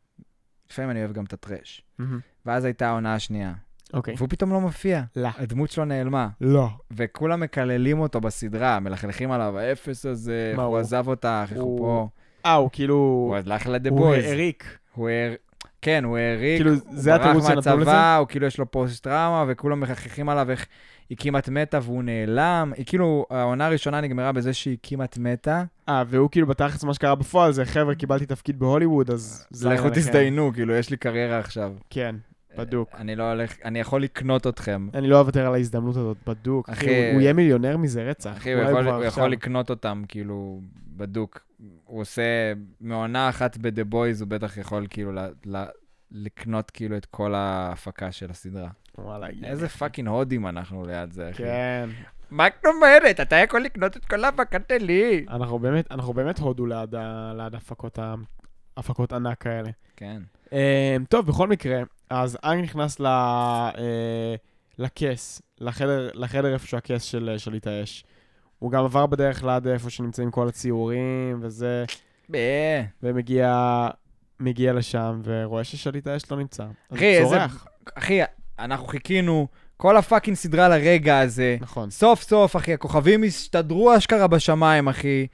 לפעמים אני אוהב גם את הטרש. מהמם. ואז הייתה העונה השנייה. אוקיי. והוא פתאום לא מופיע. לא. הדמות שלו נעלמה. לא. וכולם מקללים אותו בסדרה, מלכלכים עליו, האפס הזה, איך מה הוא הוא? עזב אותך, איך הוא הוא- פה. אה, הוא כאילו... הוא הלך לדה הוא בויז. העריק. הוא הער... כן, הוא העריק, כאילו, הוא זה התירוץ ברח שנתנו מהצבא, הוא כאילו יש לו פוסט-טראומה, וכולם מחככים עליו איך היא כמעט מתה והוא נעלם. היא כאילו, העונה הראשונה נגמרה בזה שהיא כמעט מתה. אה, והוא כאילו בתכלס מה שקרה בפועל זה, חבר'ה, קיבלתי תפקיד בהוליווד, אז... אז לא לכו עליכם." תזדיינו, כאילו, יש לי קריירה עכשיו. כן, בדוק. אני לא הולך, אני יכול לקנות אתכם. אני לא אוותר על ההזדמנות הזאת, בדוק. אחי, אחי, הוא- הוא יהיה מיליונר מזה, רצח. אחי, הוא אולי יכול, כבר הוא עכשיו. יכול לקנות אותם, כאילו, בדוק. הוא עושה, מעונה אחת ב"דה בויז", הוא בטח יכול כאילו ל, ל, לקנות כאילו את כל ההפקה של הסדרה. וואלה, הגיע. איזה פאקינג הודים אנחנו ליד זה, אחי. כן. מה את אומרת? אתה יכול לקנות את כל ההפקה שלי. אנחנו באמת, אנחנו באמת הודו ליד ה- ליד הפקות ה- הפקות ענק כאלה. כן. אה, טוב, בכל מקרה, אז אנג נכנס ל... אה, לכס, לחדר, לחדר איפה שהכס של אה, שליט האש. הוא גם עבר בדרך ליד איפה שנמצאים כל הציורים וזה. אה, ומגיע מגיע לשם ורואה ששליט האש לא נמצא. אז אחי, הוא איזה... צורח. אחי, אנחנו חיכינו כל הפאקינג סדרה לרגע הזה. נכון. סוף סוף, אחי, הכוכבים הסתדרו אשכרה בשמיים, אחי.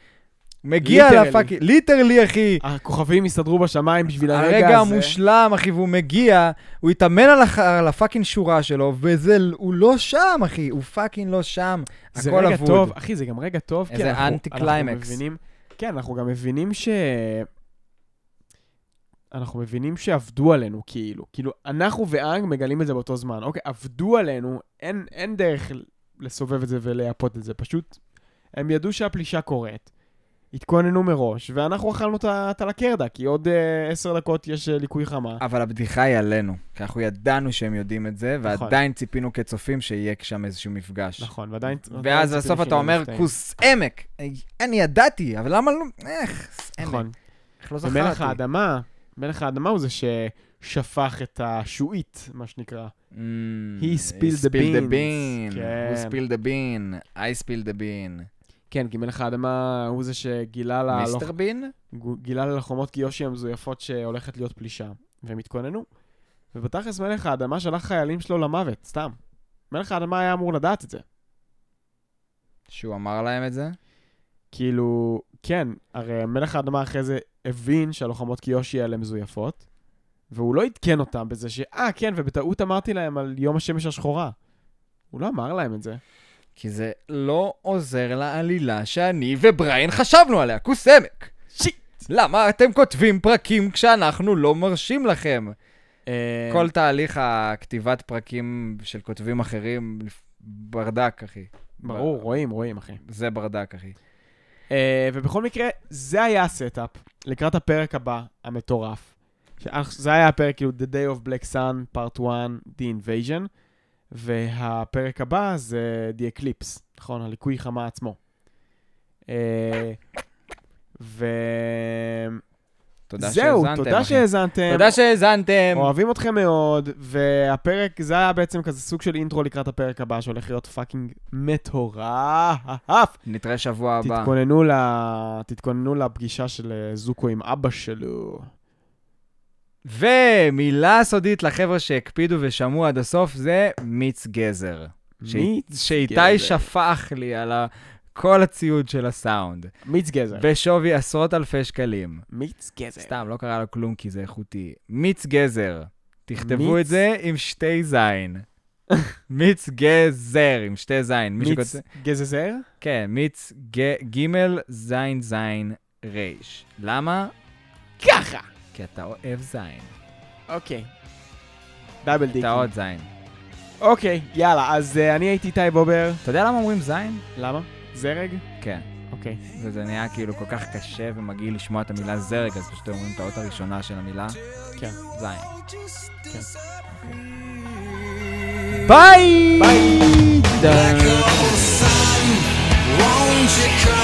מגיע ליטרלי. לפאקינג... ליטרלי, אחי. הכוכבים הסתדרו בשמיים בשביל הרגע הזה. הרגע המושלם, אחי, והוא מגיע, הוא התאמן על, הח... על הפאקינג שורה שלו, וזה, הוא לא שם, אחי, הוא פאקינג לא שם. זה הכל רגע אבוד. טוב, אחי, זה גם רגע טוב. כי איזה אנחנו- אנטי-קליימקס. אנחנו מבינים- כן, אנחנו גם מבינים ש... אנחנו מבינים שעבדו עלינו, כאילו. כאילו, אנחנו ואנג מגלים את זה באותו זמן. אוקיי, עבדו עלינו, אין, אין דרך לסובב את זה ולייפות את זה. פשוט, הם ידעו שהפלישה קורית, התכוננו מראש, ואנחנו אכלנו את ה- את הלקרדה, כי עוד אה, עשר דקות יש אה, ליקוי חמה. אבל הבדיחה היא עלינו, כי אנחנו ידענו שהם יודעים את זה, נכון. ועדיין ציפינו כצופים שיהיה שם איזשהו מפגש. נכון, ועדיין... לא ואז עדיין בסוף ציפינו אתה שהם אומר, יופתעים. כוס עמק. אי, אני ידעתי, אבל למה לא... איך, עמק, נכון. איך לא ומלך זכרתי. האדמה, מלך האדמה הוא זה ששפך את השועית, מה שנקרא. Mm, He spilled the beans. bean. כן. Who spilled the bean? I spilled the bean. כן, כי מלך האדמה הוא זה שגילה ל- מיסטר בין? גו- גילה ללוחמות קיושי המזויפות שהולכת להיות פלישה, והם התכוננו. ובתכלס מלך האדמה שלח חיילים שלו למוות, סתם. מלך האדמה היה אמור לדעת את זה. שהוא אמר להם את זה? כאילו, כן, הרי מלך האדמה אחרי זה הבין שהלוחמות קיושי האלה מזויפות, והוא לא עדכן אותם בזה ש... אה, כן, ובטעות אמרתי להם על יום השמש השחורה. הוא לא אמר להם את זה. כי זה לא עוזר לעלילה שאני ובריין חשבנו עליה, כוס עמק. שיט. למה אתם כותבים פרקים כשאנחנו לא מרשים לכם? אה, כל תהליך הכתיבת פרקים של כותבים אחרים, ברדק, אחי. ברור, ב- רואים, רואים, אחי. זה ברדק, אחי. אה, ובכל מקרה, זה היה הסטאפ לקראת הפרק הבא, המטורף. שאח- זה היה הפרק, כאילו, The Day of Black Sun, Part 1, The Invasion, והפרק הבא זה The Eclipse, נכון? הליקוי חמה עצמו. אה, ו... תודה זהו, שהאזנתם, תודה אחי. שהאזנתם. תודה שהאזנתם. אוהבים אתכם מאוד, והפרק, זה היה בעצם כזה סוג של אינטרו לקראת הפרק הבא, שהולך להיות פאקינג מטורף. נתראה שבוע הבא. תתכוננו, ל... תתכוננו לפגישה של אה, זוקו עם אבא שלו. ומילה סודית לחבר'ה שהקפידו ושמעו עד הסוף זה מיץ גזר. ש- מיץ גזר. שאיתי שפך לי על ה- כל הציוד של הסאונד, מיץ גזר. בשווי עשרות אלפי שקלים. מיץ גזר. סתם, לא קרה לו כלום כי זה איכותי. מיץ גזר. תכתבו מיץ- את זה עם (laughs) שתי זין. מיץ גזר עם שתי זין. מישהו מיץ כותב- גזזר? כן, מיץ ג- גימל זין זין רייש. למה? ככה! כי אתה אוהב זין. אוקיי. דאבל דיק. אתה עוד זין. אוקיי, יאללה, אז אה, אני הייתי איתי בובר. אתה יודע למה אומרים זין? למה? זרג? כן. אוקיי. וזה נהיה כאילו כל כך קשה ומגעיל לשמוע את המילה זרק, אז פשוט אומרים את האות הראשונה של המילה כן. זין. כן. ביי! ביי! Like old sun, won't you come?